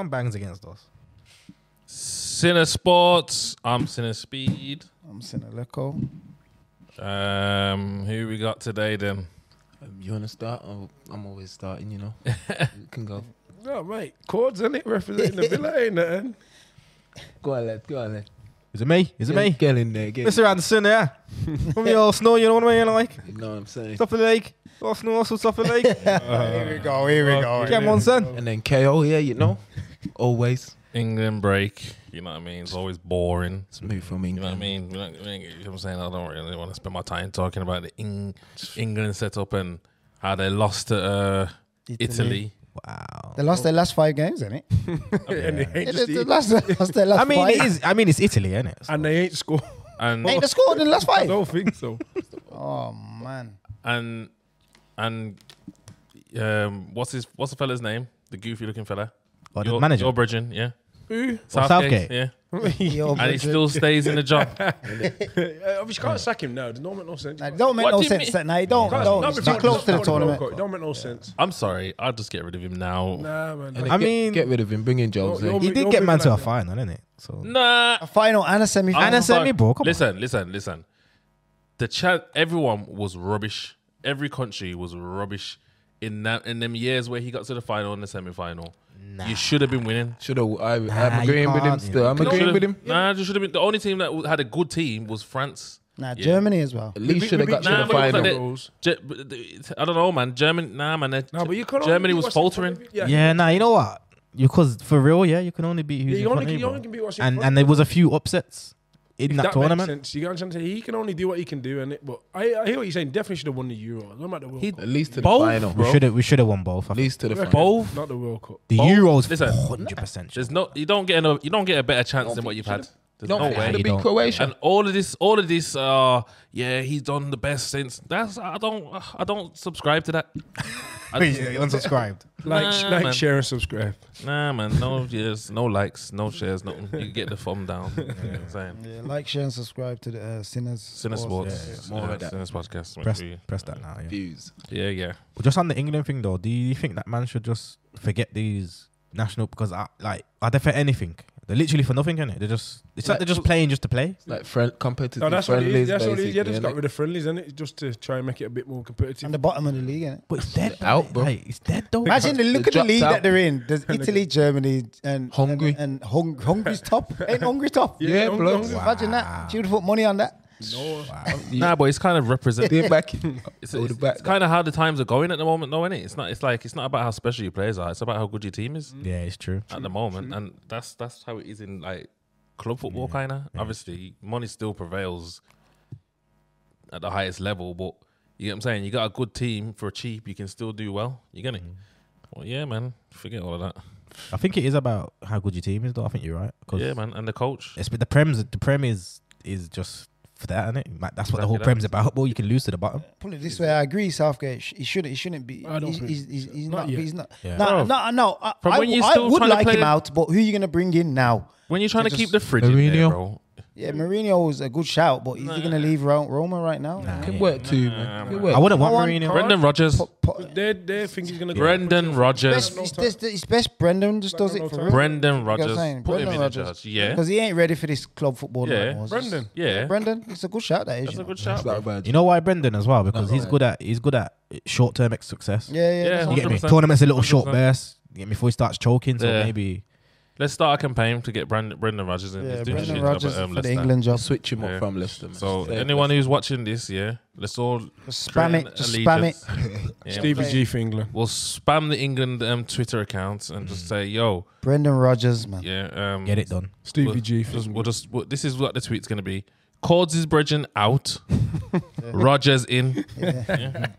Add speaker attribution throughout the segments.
Speaker 1: Some bangs against us.
Speaker 2: Cine Sports. I'm Cine Speed.
Speaker 3: I'm Sinaleco.
Speaker 2: Um, who we got today then?
Speaker 4: Um, you want to start? Oh, I'm always starting, you know. you can go.
Speaker 5: No, Oh, mate. Cords, in it? Representing the villa, ain't it?
Speaker 4: Go on, lad. Go on, lad.
Speaker 1: Is it me? Is it
Speaker 4: Get-
Speaker 1: me?
Speaker 4: Get in there. Get
Speaker 1: Mr. Anderson, yeah. When we all snore, you know what I mean? Like,
Speaker 4: You know what I'm saying?
Speaker 1: stuff the leg. All snore, also stuff the leg.
Speaker 3: here we go. Here we go.
Speaker 1: Come on, son.
Speaker 4: And then KO, yeah, you know. Always.
Speaker 2: England break. You know what I mean? It's always boring.
Speaker 4: Let's move from
Speaker 2: You know what I
Speaker 4: England.
Speaker 2: mean? You know what I mean? You know what I'm saying? I don't really want to spend my time talking about the Eng- England setup and how they lost to uh, Italy.
Speaker 1: Wow.
Speaker 3: They lost their last five games, innit?
Speaker 5: and they ain't
Speaker 3: They
Speaker 5: just
Speaker 3: they
Speaker 5: eat-
Speaker 3: lost their lost their last
Speaker 1: I mean,
Speaker 3: five.
Speaker 1: it is. I mean, it's Italy, isn't it?
Speaker 5: and they ain't scored.
Speaker 2: And
Speaker 3: Mate, they scored in the last
Speaker 5: I
Speaker 3: five.
Speaker 5: don't think so.
Speaker 3: Oh, man.
Speaker 2: and and um, what's his what's the fella's name? The goofy looking fella.
Speaker 1: Or
Speaker 2: Your-
Speaker 1: the manager.
Speaker 2: Your Bridging, yeah.
Speaker 5: Who?
Speaker 1: Southgate.
Speaker 2: yeah.
Speaker 3: Yo,
Speaker 2: And he still stays in the job.
Speaker 5: Uh, Obviously, you can't sack him now. It don't make no sense.
Speaker 3: Nah, it don't make
Speaker 2: What
Speaker 3: no
Speaker 2: do you
Speaker 3: sense.
Speaker 2: mean?
Speaker 3: that- Nah, it don't.
Speaker 5: Can't-
Speaker 3: don't.
Speaker 5: no,
Speaker 3: It's
Speaker 5: but
Speaker 3: too
Speaker 5: don't-
Speaker 3: close to the
Speaker 5: don't- don't-
Speaker 3: tournament.
Speaker 5: It don't make no sense.
Speaker 2: I'm sorry, I'll just get rid of him now. Nah,
Speaker 5: Nah, man.
Speaker 4: And
Speaker 5: Like,
Speaker 4: then
Speaker 1: I
Speaker 4: get-
Speaker 1: mean-
Speaker 4: get rid of him. Bring in Jobs.
Speaker 5: Yo-
Speaker 4: eh?
Speaker 5: yo-
Speaker 1: He did
Speaker 5: You're
Speaker 1: get
Speaker 5: moving
Speaker 1: man to a
Speaker 5: like that.
Speaker 1: final, didn't it? So
Speaker 3: A final and a semi
Speaker 2: I'm
Speaker 3: final.
Speaker 1: Anna sent me,
Speaker 2: sorry.
Speaker 1: bro. Come on.
Speaker 2: listen, listen, listen. The chat, everyone was rubbish. Every country was rubbish in that in them years where he got to the final and the semi final. You should have been winning.
Speaker 4: Should have. I'm
Speaker 1: Nah, you
Speaker 4: agreeing with him
Speaker 1: can't, you
Speaker 4: still. I'm
Speaker 2: You
Speaker 4: agreeing
Speaker 2: should've-
Speaker 4: with him.
Speaker 2: Nah, you should have been. The only team that w- had a good team was France.
Speaker 3: Nah, Germany as well.
Speaker 4: At least should have got to
Speaker 2: nah,
Speaker 4: the
Speaker 2: but it was like
Speaker 4: final.
Speaker 2: that- Ge- but the- I don't know, man. Germany, nah, man. they-
Speaker 5: nah, but you can't
Speaker 2: Germany
Speaker 5: only
Speaker 2: was
Speaker 5: beat what's in front
Speaker 2: faltering.
Speaker 5: of you. Yeah,
Speaker 1: Yeah, nah, you know what? You cause for real, yeah, you can only beat who's
Speaker 5: Yeah,
Speaker 1: in
Speaker 5: you
Speaker 1: front
Speaker 5: only
Speaker 1: of
Speaker 5: can-
Speaker 1: you,
Speaker 5: you
Speaker 1: bro.
Speaker 5: only can beat what's in
Speaker 1: and
Speaker 5: front
Speaker 1: and there was a few upsets in that,
Speaker 5: If
Speaker 1: tournament.
Speaker 5: Makes sense. You got what I'm saying? He can only do what he can do, and it. But I, I hear what you're saying. Definitely should have won the Euro. No matter the World
Speaker 2: He-
Speaker 5: Cup.
Speaker 4: At least to the
Speaker 2: Both,
Speaker 4: final.
Speaker 1: We
Speaker 2: bro.
Speaker 1: should have we should have won both. I
Speaker 4: At
Speaker 1: think.
Speaker 4: least to the
Speaker 5: Reckon.
Speaker 4: final.
Speaker 5: Not the World Cup.
Speaker 1: The
Speaker 2: both-
Speaker 1: Euros,
Speaker 2: listen.
Speaker 1: hundred percent.
Speaker 2: There's no, you don't get a, you don't get a better chance than what you've had. There's no
Speaker 1: think it
Speaker 2: way.
Speaker 1: should've
Speaker 4: To
Speaker 1: you
Speaker 4: beat
Speaker 1: don't.
Speaker 4: Croatia.
Speaker 2: And all of this, all of this, uh, yeah, he's done the best since. That's I don't, I don't subscribe to that. I just-
Speaker 1: unsubscribed.
Speaker 5: Like,
Speaker 2: Nah,
Speaker 5: like,
Speaker 2: man.
Speaker 5: share, and subscribe.
Speaker 2: nah, man, no yes, no likes, no shares, nothing. You get the thumb down. You know what I'm saying?
Speaker 3: Yeah, like, share, and subscribe to the uh, Sinners.
Speaker 2: Cine Sports, uh,
Speaker 3: Yeah,
Speaker 2: more
Speaker 4: like that.
Speaker 2: podcast. make
Speaker 1: Press
Speaker 2: sure you-
Speaker 1: press that now. Yeah.
Speaker 4: Views.
Speaker 2: Yeah, yeah.
Speaker 1: Just on the England thing though, do you think that man should just forget these national? Because I like are they for anything? They're literally for nothing, innit? They're just it's like,
Speaker 4: Like-
Speaker 1: they're just playing just to play.
Speaker 4: It's Like friend, competitive
Speaker 5: No, that's what it
Speaker 4: friendlies,
Speaker 5: is. That's what it is. Yeah,
Speaker 4: basically,
Speaker 5: just
Speaker 4: innit?
Speaker 5: got rid of friendlies, isn't it? Just to try and make it a bit more competitive.
Speaker 3: And the bottom of the league, innit?
Speaker 1: But it's dead,
Speaker 4: out,
Speaker 1: though.
Speaker 4: bro.
Speaker 1: Like, it's dead though.
Speaker 3: Imagine the look
Speaker 4: They
Speaker 3: at the
Speaker 4: dropped
Speaker 3: league
Speaker 4: out.
Speaker 3: that they're in. There's Italy, Germany, and
Speaker 4: Hungary.
Speaker 3: and, and hung, Hungary's top. Ain't Hungary top?
Speaker 4: Yeah,
Speaker 5: don't-
Speaker 4: blood.
Speaker 5: don't-
Speaker 3: Imagine that. You would put money on that.
Speaker 5: No,
Speaker 2: Nah, but it's kind of represent.
Speaker 4: They're back.
Speaker 2: It's,
Speaker 4: Go
Speaker 2: it's,
Speaker 4: to back.
Speaker 2: it's kind of how the times are going at the moment, though, is it? It's not. It's like it's not about how special your players are. It's about how good your team is
Speaker 1: Yeah, it's true.
Speaker 2: at the moment, and that's that's how it is in like club football, kind of. Obviously, money still prevails at the highest level, but you get what I'm saying. You got a good team for cheap, you can still do well. You get it? Well, yeah, man. Forget all of that.
Speaker 1: I think it is about how good your team is, though. I think you're right. 'cause
Speaker 2: Yeah, man. And the coach.
Speaker 1: It's but the prems the prem is is just for that, isn't it? Like, that's what the whole
Speaker 2: Exactly
Speaker 1: prem's about. Well, you can lose to the bottom.
Speaker 3: Put it this way, I agree. Southgate, sh- he shouldn't. He shouldn't be.
Speaker 5: I don't
Speaker 3: he's,
Speaker 5: think
Speaker 3: he's, he's, he's
Speaker 5: Not
Speaker 3: not.
Speaker 5: yet.
Speaker 3: He's not.
Speaker 1: Yeah.
Speaker 3: No,
Speaker 2: Bro.
Speaker 3: no, no. I,
Speaker 2: From
Speaker 3: I
Speaker 2: when
Speaker 3: w-
Speaker 2: you're
Speaker 3: I
Speaker 2: still
Speaker 3: would
Speaker 2: trying to
Speaker 3: like
Speaker 2: play
Speaker 3: him
Speaker 2: the-
Speaker 3: out, but who are you gonna bring in now?
Speaker 2: When you're trying to
Speaker 3: They
Speaker 2: keep
Speaker 3: just-
Speaker 2: the fridge in there,
Speaker 4: Mourinho.
Speaker 2: bro.
Speaker 3: Yeah, Mourinho is a good shout, but is he gonna leave Ro- Roma right now?
Speaker 4: Good work too, man. Good work.
Speaker 1: I wouldn't want
Speaker 3: Come on,
Speaker 1: Mourinho.
Speaker 3: come
Speaker 2: Brendan Rodgers.
Speaker 3: Po- po-
Speaker 5: they they think he's gonna go.
Speaker 2: Brendan Rodgers.
Speaker 3: Best, it's, this- it's best Brendan just does it
Speaker 5: Like,
Speaker 3: for
Speaker 5: no
Speaker 3: real.
Speaker 2: Brendan
Speaker 3: You know what I'm
Speaker 2: Rodgers.
Speaker 3: saying?
Speaker 2: Put him
Speaker 3: Brendan
Speaker 2: in
Speaker 3: Rodgers.
Speaker 2: the judge. Yeah.
Speaker 3: because he ain't ready for this club football.
Speaker 2: Yeah.
Speaker 3: no more. It's-
Speaker 5: Brendan.
Speaker 2: Yeah.
Speaker 3: Brendan, it's a good shout. That is.
Speaker 2: That's a
Speaker 3: you know.
Speaker 2: good shout.
Speaker 4: It's not bad.
Speaker 1: You know why Brendan as well? Because he's good at he's good at short term success.
Speaker 3: Yeah, yeah.
Speaker 2: Yeah,
Speaker 3: that's
Speaker 1: You
Speaker 3: what-
Speaker 1: get me?
Speaker 2: 100%.
Speaker 1: Tournament's a little short
Speaker 2: 100%.
Speaker 1: burst. You get me? Before he starts choking, so
Speaker 2: Yeah.
Speaker 1: maybe
Speaker 2: Let's start a campaign to get Brandon, Brendan Rodgers in.
Speaker 3: Yeah,
Speaker 2: Let's do the shit
Speaker 3: Brendan
Speaker 2: up at,
Speaker 3: Rodgers
Speaker 2: um,
Speaker 3: for the
Speaker 2: Leicester.
Speaker 3: England job.
Speaker 4: Switch him
Speaker 2: Yeah.
Speaker 4: up from Leicester. man.
Speaker 2: So
Speaker 4: Stay
Speaker 2: anyone who's watching this, yeah, let's all
Speaker 3: Just spam
Speaker 2: create
Speaker 3: it.
Speaker 2: an
Speaker 3: Just spam it.
Speaker 2: allegiance. Yeah.
Speaker 5: Stevie G for England.
Speaker 2: We'll spam the England um, Twitter account and just say, "Yo,
Speaker 3: Brendan Rodgers, man.
Speaker 2: yeah, um,
Speaker 1: get it done.
Speaker 5: Stevie G for
Speaker 2: Just, we'll just we'll- this is what the tweet's gonna be: Cords is bridging out, Rogers in.
Speaker 4: back.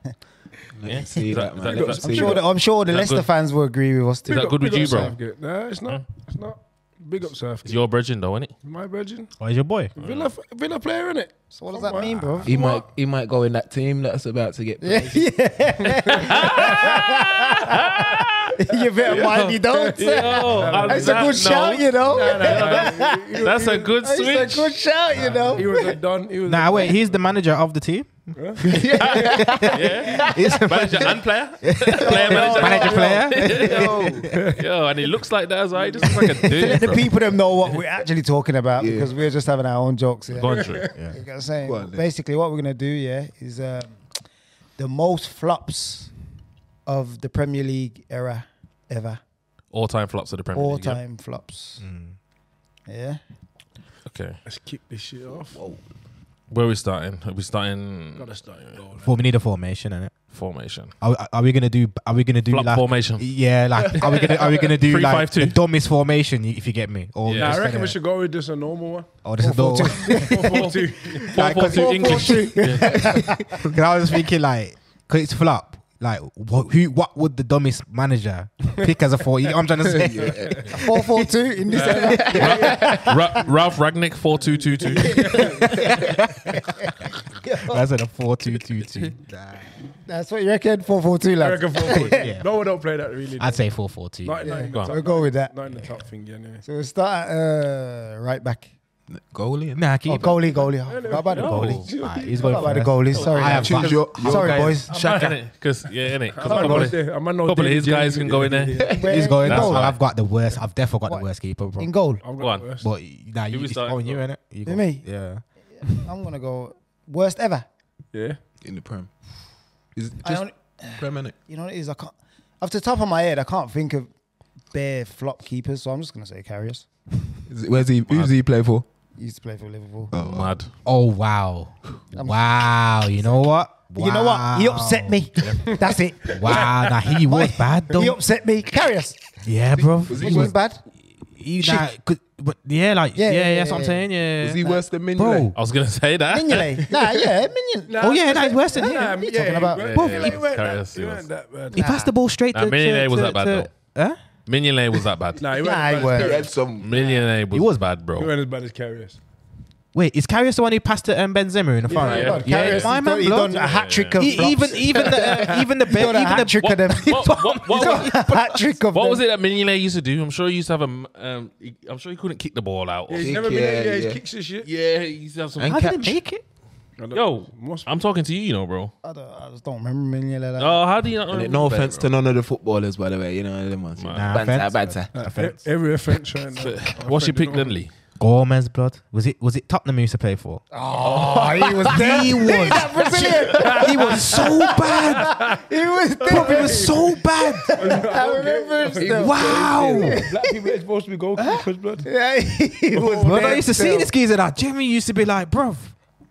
Speaker 4: Let's See
Speaker 2: Is that-
Speaker 4: that,
Speaker 2: is
Speaker 4: man.
Speaker 2: that-
Speaker 4: Let's
Speaker 2: is
Speaker 3: I'm
Speaker 4: see
Speaker 3: sure.
Speaker 4: that.
Speaker 3: The, I'm sure the
Speaker 2: Is that
Speaker 3: Leicester
Speaker 2: good?
Speaker 3: fans will agree with us. Too.
Speaker 2: Is that
Speaker 5: up-
Speaker 2: good with
Speaker 5: big
Speaker 2: you,
Speaker 5: up
Speaker 2: bro?
Speaker 5: Southgate. Nah, it's not. It's not. Big up South.
Speaker 2: It's your bridging though, isn't it?
Speaker 5: My Brendan.
Speaker 1: Oh, is your boy?
Speaker 5: Villa, Villa player in it.
Speaker 3: So what does that mean, bro?
Speaker 4: He might, he might go in that team that's about to get.
Speaker 3: Yeah, you better mind you don't. It's a good shout, you know.
Speaker 2: That's a good
Speaker 3: It's a
Speaker 2: switch.
Speaker 3: good shout, you know. Oh,
Speaker 5: He was a done. He was.
Speaker 1: Nah, wait. He's the manager of the team.
Speaker 2: manager and player, player manager,
Speaker 1: Manager player.
Speaker 2: Yo, and he looks like that as well. He just looks like a dude.
Speaker 3: Let the
Speaker 2: bro.
Speaker 3: people them know what we're actually talking about
Speaker 4: Yeah.
Speaker 3: because we're just having our own jokes. Yeah.
Speaker 2: Go on, Drew.
Speaker 3: You know what I'm saying?
Speaker 4: Go on, then.
Speaker 3: Basically, what we're gonna do, yeah, is um, the most flops of the Premier League era ever,
Speaker 2: All time flops of the Premier
Speaker 3: all
Speaker 2: League. yeah. Mm.
Speaker 3: time flops. Yeah,
Speaker 2: Okay.
Speaker 5: Let's kick this shit off.
Speaker 2: Where are we starting? Are we starting
Speaker 5: Gotta start it all.
Speaker 1: For we need a formation, innit?
Speaker 2: formation?
Speaker 1: Are, are we gonna do? Are we gonna do
Speaker 2: Flop
Speaker 1: like?
Speaker 2: formation.
Speaker 1: Yeah, like are we gonna are we gonna do
Speaker 2: Three,
Speaker 1: like
Speaker 2: five, two.
Speaker 1: the dumbest formation? If you get me, or
Speaker 2: Yeah.
Speaker 5: Nah,
Speaker 1: just
Speaker 5: I reckon
Speaker 1: kinda-
Speaker 5: we should go with just a normal one.
Speaker 1: Oh, this is
Speaker 3: Four, four,
Speaker 1: the.
Speaker 5: Four, four, two.
Speaker 2: Four, four, two, English.
Speaker 1: Because I was thinking like, cause it's flop. Like, what, who? What would the dumbest manager pick as a four? You know what I'm trying to say.
Speaker 3: four four two in this.
Speaker 2: Ra- Ralph Ragnick, 4222.
Speaker 1: That's at a four two two two.
Speaker 3: That's what you reckon. Four four two,
Speaker 5: I
Speaker 3: lads.
Speaker 5: reckon four, four, two.
Speaker 1: Yeah.
Speaker 5: No, we don't play that really.
Speaker 1: I'd say four four two.
Speaker 5: not, in- not in the
Speaker 2: Go on.
Speaker 5: top,
Speaker 3: We'll go with that.
Speaker 5: Not in the top thing, yeah, anyway.
Speaker 3: So we'll start at uh, right back.
Speaker 1: Goalie? Nah, keep
Speaker 3: Oh, goalie, goalie. I forgot about the
Speaker 1: it.
Speaker 3: goalie.
Speaker 1: Goalie. Alright, Oh, he's
Speaker 3: Forgot
Speaker 1: going
Speaker 3: about the
Speaker 1: first.
Speaker 3: goalie. Sorry,
Speaker 1: I have
Speaker 3: lads.
Speaker 1: got-
Speaker 4: your- your
Speaker 3: sorry,
Speaker 4: guy.
Speaker 3: boys.
Speaker 2: Shaq, innit? Because, yeah, innit? Because a
Speaker 5: I'm
Speaker 2: couple
Speaker 5: not
Speaker 2: of,
Speaker 5: there. I'm not
Speaker 2: couple of
Speaker 5: there.
Speaker 2: his guys can go in there.
Speaker 1: He's going.
Speaker 2: That's
Speaker 1: goal.
Speaker 2: fine.
Speaker 1: I've got the worst. I've definitely got
Speaker 3: What?
Speaker 1: the worst keeper, bro.
Speaker 3: In goal.
Speaker 5: I'm
Speaker 2: Go on.
Speaker 5: going first.
Speaker 1: But nah, you,
Speaker 2: we
Speaker 1: it's
Speaker 2: start?
Speaker 1: on you, innit? You go-
Speaker 3: me?
Speaker 1: Yeah.
Speaker 3: I'm gonna go worst ever.
Speaker 5: Yeah.
Speaker 4: in the prem. Is it
Speaker 3: I
Speaker 4: just
Speaker 3: only,
Speaker 4: prem innit?
Speaker 3: you know what it is? I can't. Off the top of my head, I can't think of bare flop keepers, so I'm just gonna say Carrius.
Speaker 4: Is it? Where's he? Who's he play for?
Speaker 3: He used to play for Liverpool.
Speaker 2: Mad.
Speaker 1: Oh wow, wow. You know what?
Speaker 3: You know what? He
Speaker 1: Wow.
Speaker 3: upset me. That's it.
Speaker 1: Wow, nah, he was bad
Speaker 3: He
Speaker 1: though.
Speaker 3: upset me. Carrius.
Speaker 1: Yeah, bro.
Speaker 3: Was he bad?
Speaker 1: He, nah, could, but yeah, like yeah, yeah,
Speaker 3: yeah,
Speaker 1: that's what I'm
Speaker 3: yeah.
Speaker 1: saying. Yeah,
Speaker 4: Is he worse than Mignolet?
Speaker 1: bro.
Speaker 2: I was going to say that.
Speaker 3: Mignolet. eh? Nah, yeah, Minion.
Speaker 5: Nah,
Speaker 1: Oh yeah, that is worse than him.
Speaker 5: Nah,
Speaker 3: What are you
Speaker 5: yeah,
Speaker 3: talking about?
Speaker 5: he weren't-
Speaker 1: Bro,
Speaker 5: he
Speaker 1: he-
Speaker 5: weren't that-
Speaker 2: Carrius,
Speaker 5: he
Speaker 2: he
Speaker 5: weren't
Speaker 2: was.
Speaker 5: that bad.
Speaker 1: He passed the ball straight.
Speaker 2: Nah,
Speaker 1: to,
Speaker 2: Mignolet
Speaker 1: to,
Speaker 2: was
Speaker 1: to,
Speaker 2: that bad,
Speaker 1: to- Huh?
Speaker 2: Millionaire was that bad.
Speaker 5: Nah, he
Speaker 3: Nah, he
Speaker 5: weren't as
Speaker 3: weren't.
Speaker 5: bad
Speaker 4: He
Speaker 5: as
Speaker 4: had
Speaker 5: Carrius.
Speaker 4: some.
Speaker 2: Millionaire was,
Speaker 1: He was bad,
Speaker 5: He
Speaker 2: bro.
Speaker 5: weren't as bad as Carrius.
Speaker 1: Wait, is Carrius the one who passed to um, Benzema in the final?
Speaker 2: yeah. God,
Speaker 1: yeah.
Speaker 3: Carrius,
Speaker 1: my
Speaker 3: he done,
Speaker 1: man,
Speaker 3: he
Speaker 1: blood.
Speaker 3: done a hat trick of
Speaker 1: E-
Speaker 3: flops.
Speaker 1: even even the uh, even the
Speaker 3: he
Speaker 1: ben,
Speaker 3: done a
Speaker 1: even
Speaker 3: hat
Speaker 1: the
Speaker 3: trick of them.
Speaker 2: What, what, what, was-
Speaker 3: Hat trick of
Speaker 2: what
Speaker 3: them.
Speaker 2: was it that Mignolet used to do? I'm sure he used to have a. m- Um, he- I'm sure he couldn't kick the ball out. Or,
Speaker 5: He's
Speaker 4: Kick,
Speaker 5: never been there.
Speaker 4: yeah,
Speaker 5: Yeah,
Speaker 4: yeah.
Speaker 5: he kicks and shit.
Speaker 2: yeah, he used to have some.
Speaker 1: How did he make it?
Speaker 2: Yo,
Speaker 5: Must-
Speaker 2: I'm talking to you, you know, bro.
Speaker 3: I, don't, I just don't remember Minion like that.
Speaker 2: Oh, how do you not?
Speaker 4: And it-
Speaker 2: remember
Speaker 4: no
Speaker 2: that,
Speaker 4: offense
Speaker 2: bro?
Speaker 4: to none of the footballers, by the way. You know them ones.
Speaker 1: Nah,
Speaker 4: banter,
Speaker 1: offense.
Speaker 4: banter.
Speaker 1: Offense.
Speaker 5: E-, Every offense right now.
Speaker 2: What's your
Speaker 5: Offended
Speaker 2: pick,
Speaker 5: all.
Speaker 2: Lindley?
Speaker 1: Gomez, blood. Was it was it Tottenham he used to play for?
Speaker 3: Oh, he was there.
Speaker 1: He was.
Speaker 3: Brazilian.
Speaker 1: He was so bad.
Speaker 3: he was
Speaker 1: Bro, he
Speaker 3: there.
Speaker 1: was so bad.
Speaker 3: I remember him still.
Speaker 1: Wow.
Speaker 5: Black people are supposed to be goalkeepers, blood.
Speaker 3: Yeah, he was
Speaker 1: But
Speaker 3: there
Speaker 1: I used to see
Speaker 3: still.
Speaker 1: this geezer that Jimmy used to be like, bruv,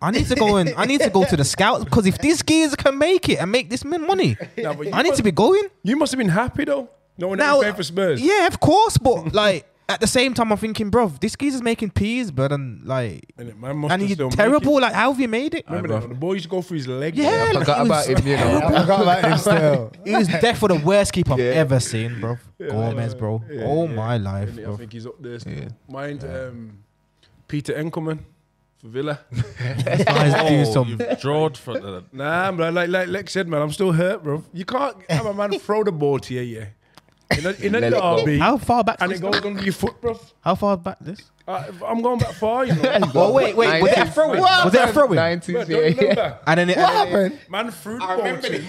Speaker 1: I need to go and I need to go to the scouts because if these geezer can make it and make this min- money,
Speaker 5: Nah, but you
Speaker 1: I need
Speaker 5: must-
Speaker 1: to be going.
Speaker 5: You must have been happy though. No one
Speaker 1: Now,
Speaker 5: ever played for Spurs.
Speaker 1: yeah, of course, but like at the same time, I'm thinking, bruv, this geezer's making peas, but and like,
Speaker 5: And it- man must
Speaker 1: and
Speaker 5: have
Speaker 1: he's
Speaker 5: still make
Speaker 1: terrible.
Speaker 5: it.
Speaker 1: Like, how have you made it?
Speaker 5: Remember that? The ball used to go through his leg.
Speaker 1: Yeah,
Speaker 5: man.
Speaker 1: like,
Speaker 4: Forgot
Speaker 1: he
Speaker 4: about
Speaker 1: was-
Speaker 4: him, you know.
Speaker 3: I forgot about him still.
Speaker 1: He was definitely the worst keeper I've
Speaker 4: Yeah.
Speaker 1: ever seen, bro. Gomez, bro.
Speaker 5: Yeah,
Speaker 1: All
Speaker 5: yeah.
Speaker 1: my life,
Speaker 5: Really, I
Speaker 1: bro.
Speaker 5: think he's up there. Still.
Speaker 4: Yeah.
Speaker 5: Mind um, Peter Enkelman for Villa.
Speaker 1: These guys do some.
Speaker 2: Oh, you've drawed for the.
Speaker 5: Nah, man, like like Lex said, man, I'm still hurt, bro. You can't have a man throw the ball to you, yeah. In a, in a
Speaker 4: Let it go.
Speaker 5: derby,
Speaker 1: How far back?
Speaker 5: and it goes under your foot, bro.
Speaker 1: How far back this?
Speaker 5: I, I'm going back far, you know. Bro,
Speaker 1: Oh wait, wait. Was that a throw in? Was that a throw in?
Speaker 4: 90s,
Speaker 5: don't
Speaker 4: yeah, yeah.
Speaker 5: remember.
Speaker 1: And then it.
Speaker 3: What
Speaker 1: and then it-
Speaker 3: happened?
Speaker 5: Man threw the ball to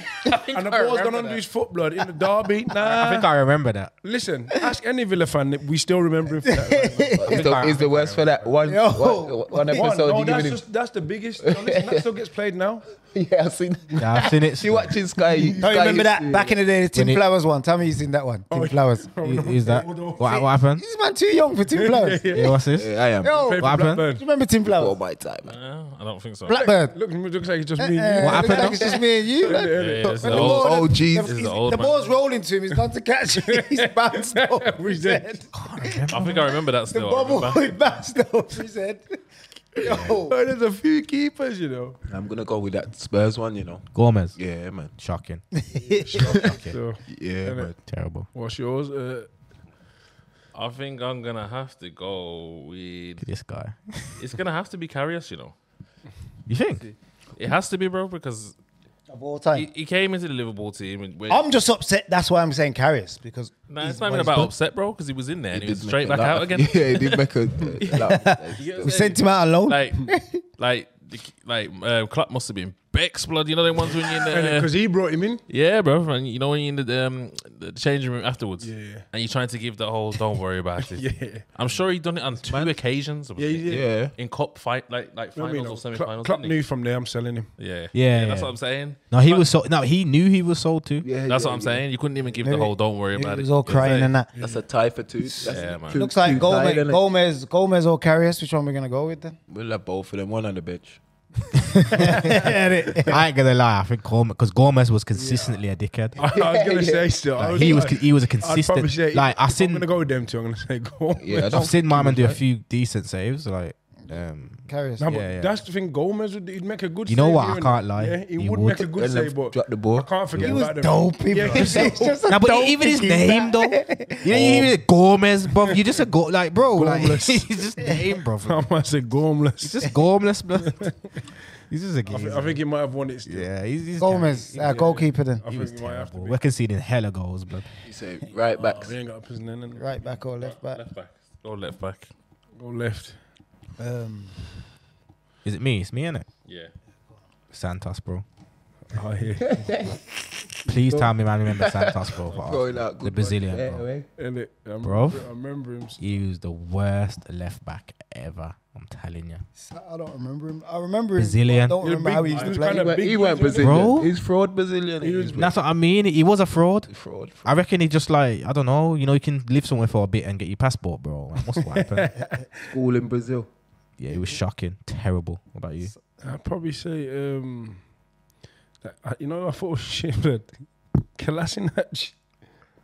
Speaker 5: you, and the ball's gone under his foot, blood. In the derby,
Speaker 1: I
Speaker 5: nah.
Speaker 1: think I remember that.
Speaker 5: Listen, ask any Villa fan. that We still remember him for that. man.
Speaker 4: Is the, is the worst for that one,
Speaker 3: Yo.
Speaker 4: one, one
Speaker 5: One,
Speaker 4: episode
Speaker 5: no,
Speaker 4: you
Speaker 5: that's,
Speaker 4: giving
Speaker 5: just, that's the biggest. Listen, that still gets played now.
Speaker 4: him? Yeah, I've seen.
Speaker 1: Yeah, I've seen it.
Speaker 4: She watching Sky.
Speaker 3: Don't you remember that? Back in the day, the Tim
Speaker 1: When he-
Speaker 3: Flowers one. Tell me you've seen that one. Tim Flowers.
Speaker 1: Is that
Speaker 5: Hold on.
Speaker 1: what, what happened?
Speaker 3: This man too young for Tim Flowers.
Speaker 5: Yeah,
Speaker 1: Yeah, what's this?
Speaker 4: Yeah, I am.
Speaker 3: Yo,
Speaker 5: Played
Speaker 3: do
Speaker 5: for
Speaker 1: What happened?
Speaker 5: Blackburn.
Speaker 3: you remember Tim
Speaker 4: Before
Speaker 3: Flowers?
Speaker 4: my time, man.
Speaker 2: Uh, I don't think so.
Speaker 3: Blackbird.
Speaker 5: Look, looks like it's just me.
Speaker 3: Uh,
Speaker 5: and
Speaker 1: Uh-uh. What
Speaker 3: it looked
Speaker 1: happened?
Speaker 3: Like it's just me and you. like,
Speaker 5: you.
Speaker 2: Yeah, yeah, it's
Speaker 3: when
Speaker 2: the
Speaker 3: the
Speaker 2: old-
Speaker 3: ball-
Speaker 4: Oh, geez.
Speaker 3: the-
Speaker 4: This
Speaker 2: is
Speaker 3: he's-
Speaker 2: the old
Speaker 3: The
Speaker 2: man.
Speaker 3: ball's rolling to him. He's gone to catch it. He's bounced off.
Speaker 5: He's
Speaker 3: He's
Speaker 5: dead.
Speaker 3: dead.
Speaker 2: I think I remember that
Speaker 3: The
Speaker 2: still. I
Speaker 3: bubble
Speaker 2: remember.
Speaker 3: he bounced off. He's dead. Yo.
Speaker 5: But there's a few keepers, you know.
Speaker 4: I'm gonna go with that Spurs one. You know.
Speaker 1: Gomez.
Speaker 4: Yeah, man.
Speaker 1: Shocking.
Speaker 5: So,
Speaker 4: Yeah, man.
Speaker 1: Terrible.
Speaker 5: what's yours? Uh,
Speaker 2: I think I'm gonna have to go with.
Speaker 1: This guy.
Speaker 2: It's gonna have to be Carrius, you know.
Speaker 1: You think?
Speaker 2: It has to be, bro, because
Speaker 3: Of all time.
Speaker 2: he, he came into the Liverpool team and went,
Speaker 3: I'm just upset. That's why I'm saying Carrius because
Speaker 2: nah,
Speaker 3: he's-
Speaker 2: it's not
Speaker 3: what
Speaker 2: even
Speaker 3: he's
Speaker 2: about
Speaker 3: done.
Speaker 2: upset, bro, because he was in there and he,
Speaker 4: Did
Speaker 2: was
Speaker 4: make
Speaker 2: straight
Speaker 4: a
Speaker 2: back
Speaker 4: lot
Speaker 2: out
Speaker 4: of-
Speaker 2: again.
Speaker 4: Yeah, he did make a. a lot of mistakes.
Speaker 3: We sent him out alone.
Speaker 2: like, like, the, like, uh, Klopp must have been Becks, blood. You know them ones when you're in the.
Speaker 1: Uh,
Speaker 5: Because he brought him in.
Speaker 2: yeah, bro. And you know when you're in the, um, the changing room afterwards?
Speaker 5: Yeah.
Speaker 2: And you're trying to give the whole don't worry about it.
Speaker 5: Yeah. yeah.
Speaker 2: I'm sure he done it on two occasions.
Speaker 5: Yeah, he did.
Speaker 4: Yeah.
Speaker 2: In cup fight, like like
Speaker 5: You know what I
Speaker 2: finals
Speaker 5: mean?
Speaker 2: or semi
Speaker 5: Klopp-
Speaker 2: finals.
Speaker 5: Klopp knew from there I'm selling him.
Speaker 2: Yeah. yeah.
Speaker 1: Yeah,
Speaker 2: That's
Speaker 1: yeah.
Speaker 2: what I'm saying.
Speaker 1: No, he was sold. No, he knew he was sold too.
Speaker 4: Yeah,
Speaker 2: That's
Speaker 4: yeah,
Speaker 2: what I'm
Speaker 4: yeah.
Speaker 2: saying. You couldn't even give the
Speaker 3: Maybe-
Speaker 2: whole don't worry
Speaker 3: He
Speaker 2: about it.
Speaker 3: was all crying and that.
Speaker 4: That's a tie for two. That's
Speaker 2: Yeah, man.
Speaker 4: two-
Speaker 3: Looks like
Speaker 4: two tied,
Speaker 3: Gomez,
Speaker 4: innit?
Speaker 3: Gomez, Gomez or Carrius. Which one we gonna go with then?
Speaker 4: We'll have both of them. One on the bench.
Speaker 1: I ain't gonna lie. I think Gomez because Gomez was consistently a dickhead.
Speaker 5: I, I was gonna say still. I
Speaker 1: Like, he was
Speaker 5: like-
Speaker 1: he was a
Speaker 5: Oh, I'd probably say
Speaker 1: consistent. Like I
Speaker 5: am
Speaker 1: seen
Speaker 5: gonna go with them two. I'm gonna say Gomez.
Speaker 4: Yeah, I
Speaker 1: I've
Speaker 4: don't.
Speaker 1: seen my man do a few decent saves. Like um,
Speaker 3: Carrius.
Speaker 5: No, but
Speaker 1: Yeah, yeah.
Speaker 5: that's the thing. Gomez would he'd make a good.
Speaker 1: You know
Speaker 5: save,
Speaker 1: what? I
Speaker 5: innit?
Speaker 1: can't lie.
Speaker 5: Yeah, he,
Speaker 1: He
Speaker 5: would,
Speaker 1: would.
Speaker 5: make a good
Speaker 4: Then
Speaker 5: save,
Speaker 4: left,
Speaker 5: but
Speaker 4: drop the
Speaker 5: I
Speaker 4: ball.
Speaker 5: can't forget
Speaker 3: he was
Speaker 5: about them.
Speaker 3: dopey,
Speaker 5: Yeah,
Speaker 3: bro.
Speaker 5: he's
Speaker 3: It's just a
Speaker 1: Nah, but
Speaker 3: dope
Speaker 1: even his
Speaker 3: thing, man.
Speaker 1: name though, you know, even Gomez, bro. You just a go like, bro, like
Speaker 5: Gormless.
Speaker 1: he's just name, bro.
Speaker 5: I must say Gomez.
Speaker 1: He's just Gormless, bro. he's just a
Speaker 5: I, thi-
Speaker 1: geezer.
Speaker 5: I think he might have won it still.
Speaker 1: yeah, he's, he's
Speaker 3: Gomez, our goalkeeper then.
Speaker 5: I
Speaker 1: He
Speaker 5: think
Speaker 1: was
Speaker 5: he might have to
Speaker 1: terrible.
Speaker 5: be.
Speaker 1: We're conceding hella goals, bro.
Speaker 4: You say right back.
Speaker 5: Oh, he ain't got a position in, innit?
Speaker 3: Right back or left back.
Speaker 2: Left back. Go left back.
Speaker 5: Go left.
Speaker 3: Um,
Speaker 1: Is it me? It's me, innit?
Speaker 2: Yeah.
Speaker 1: Santos, bro.
Speaker 5: Oh yeah.
Speaker 1: Please tell me, man. Remember Santos, bro. for
Speaker 4: Going
Speaker 1: Arsenal.
Speaker 4: out,
Speaker 1: the
Speaker 4: good
Speaker 1: Brazilian,
Speaker 4: one.
Speaker 1: bro.
Speaker 4: Yeah, yeah.
Speaker 5: Innit? I remember-
Speaker 1: Bruv.
Speaker 5: I remember him.
Speaker 1: He was the worst left back ever. I'm telling you,
Speaker 3: I don't remember him. I remember him.
Speaker 1: Brazilian.
Speaker 3: I don't remember how he used
Speaker 5: He
Speaker 3: to
Speaker 5: was
Speaker 3: play.
Speaker 5: kind
Speaker 4: He
Speaker 5: of
Speaker 4: went,
Speaker 5: big.
Speaker 4: he went
Speaker 5: wasn't
Speaker 4: Brazilian.
Speaker 1: Bro.
Speaker 4: He's fraud Brazilian.
Speaker 5: He was-
Speaker 1: That's what I mean. He was a fraud.
Speaker 4: fraud. fraud.
Speaker 1: I reckon he just like I don't know. You know, you can live somewhere for a bit and get your passport, bro. Like, what's what happened?
Speaker 4: School in Brazil.
Speaker 1: Yeah, it was shocking, terrible. What about you?
Speaker 5: I'd probably say, um, that, I- you know, I thought was shit, but Kolasinac.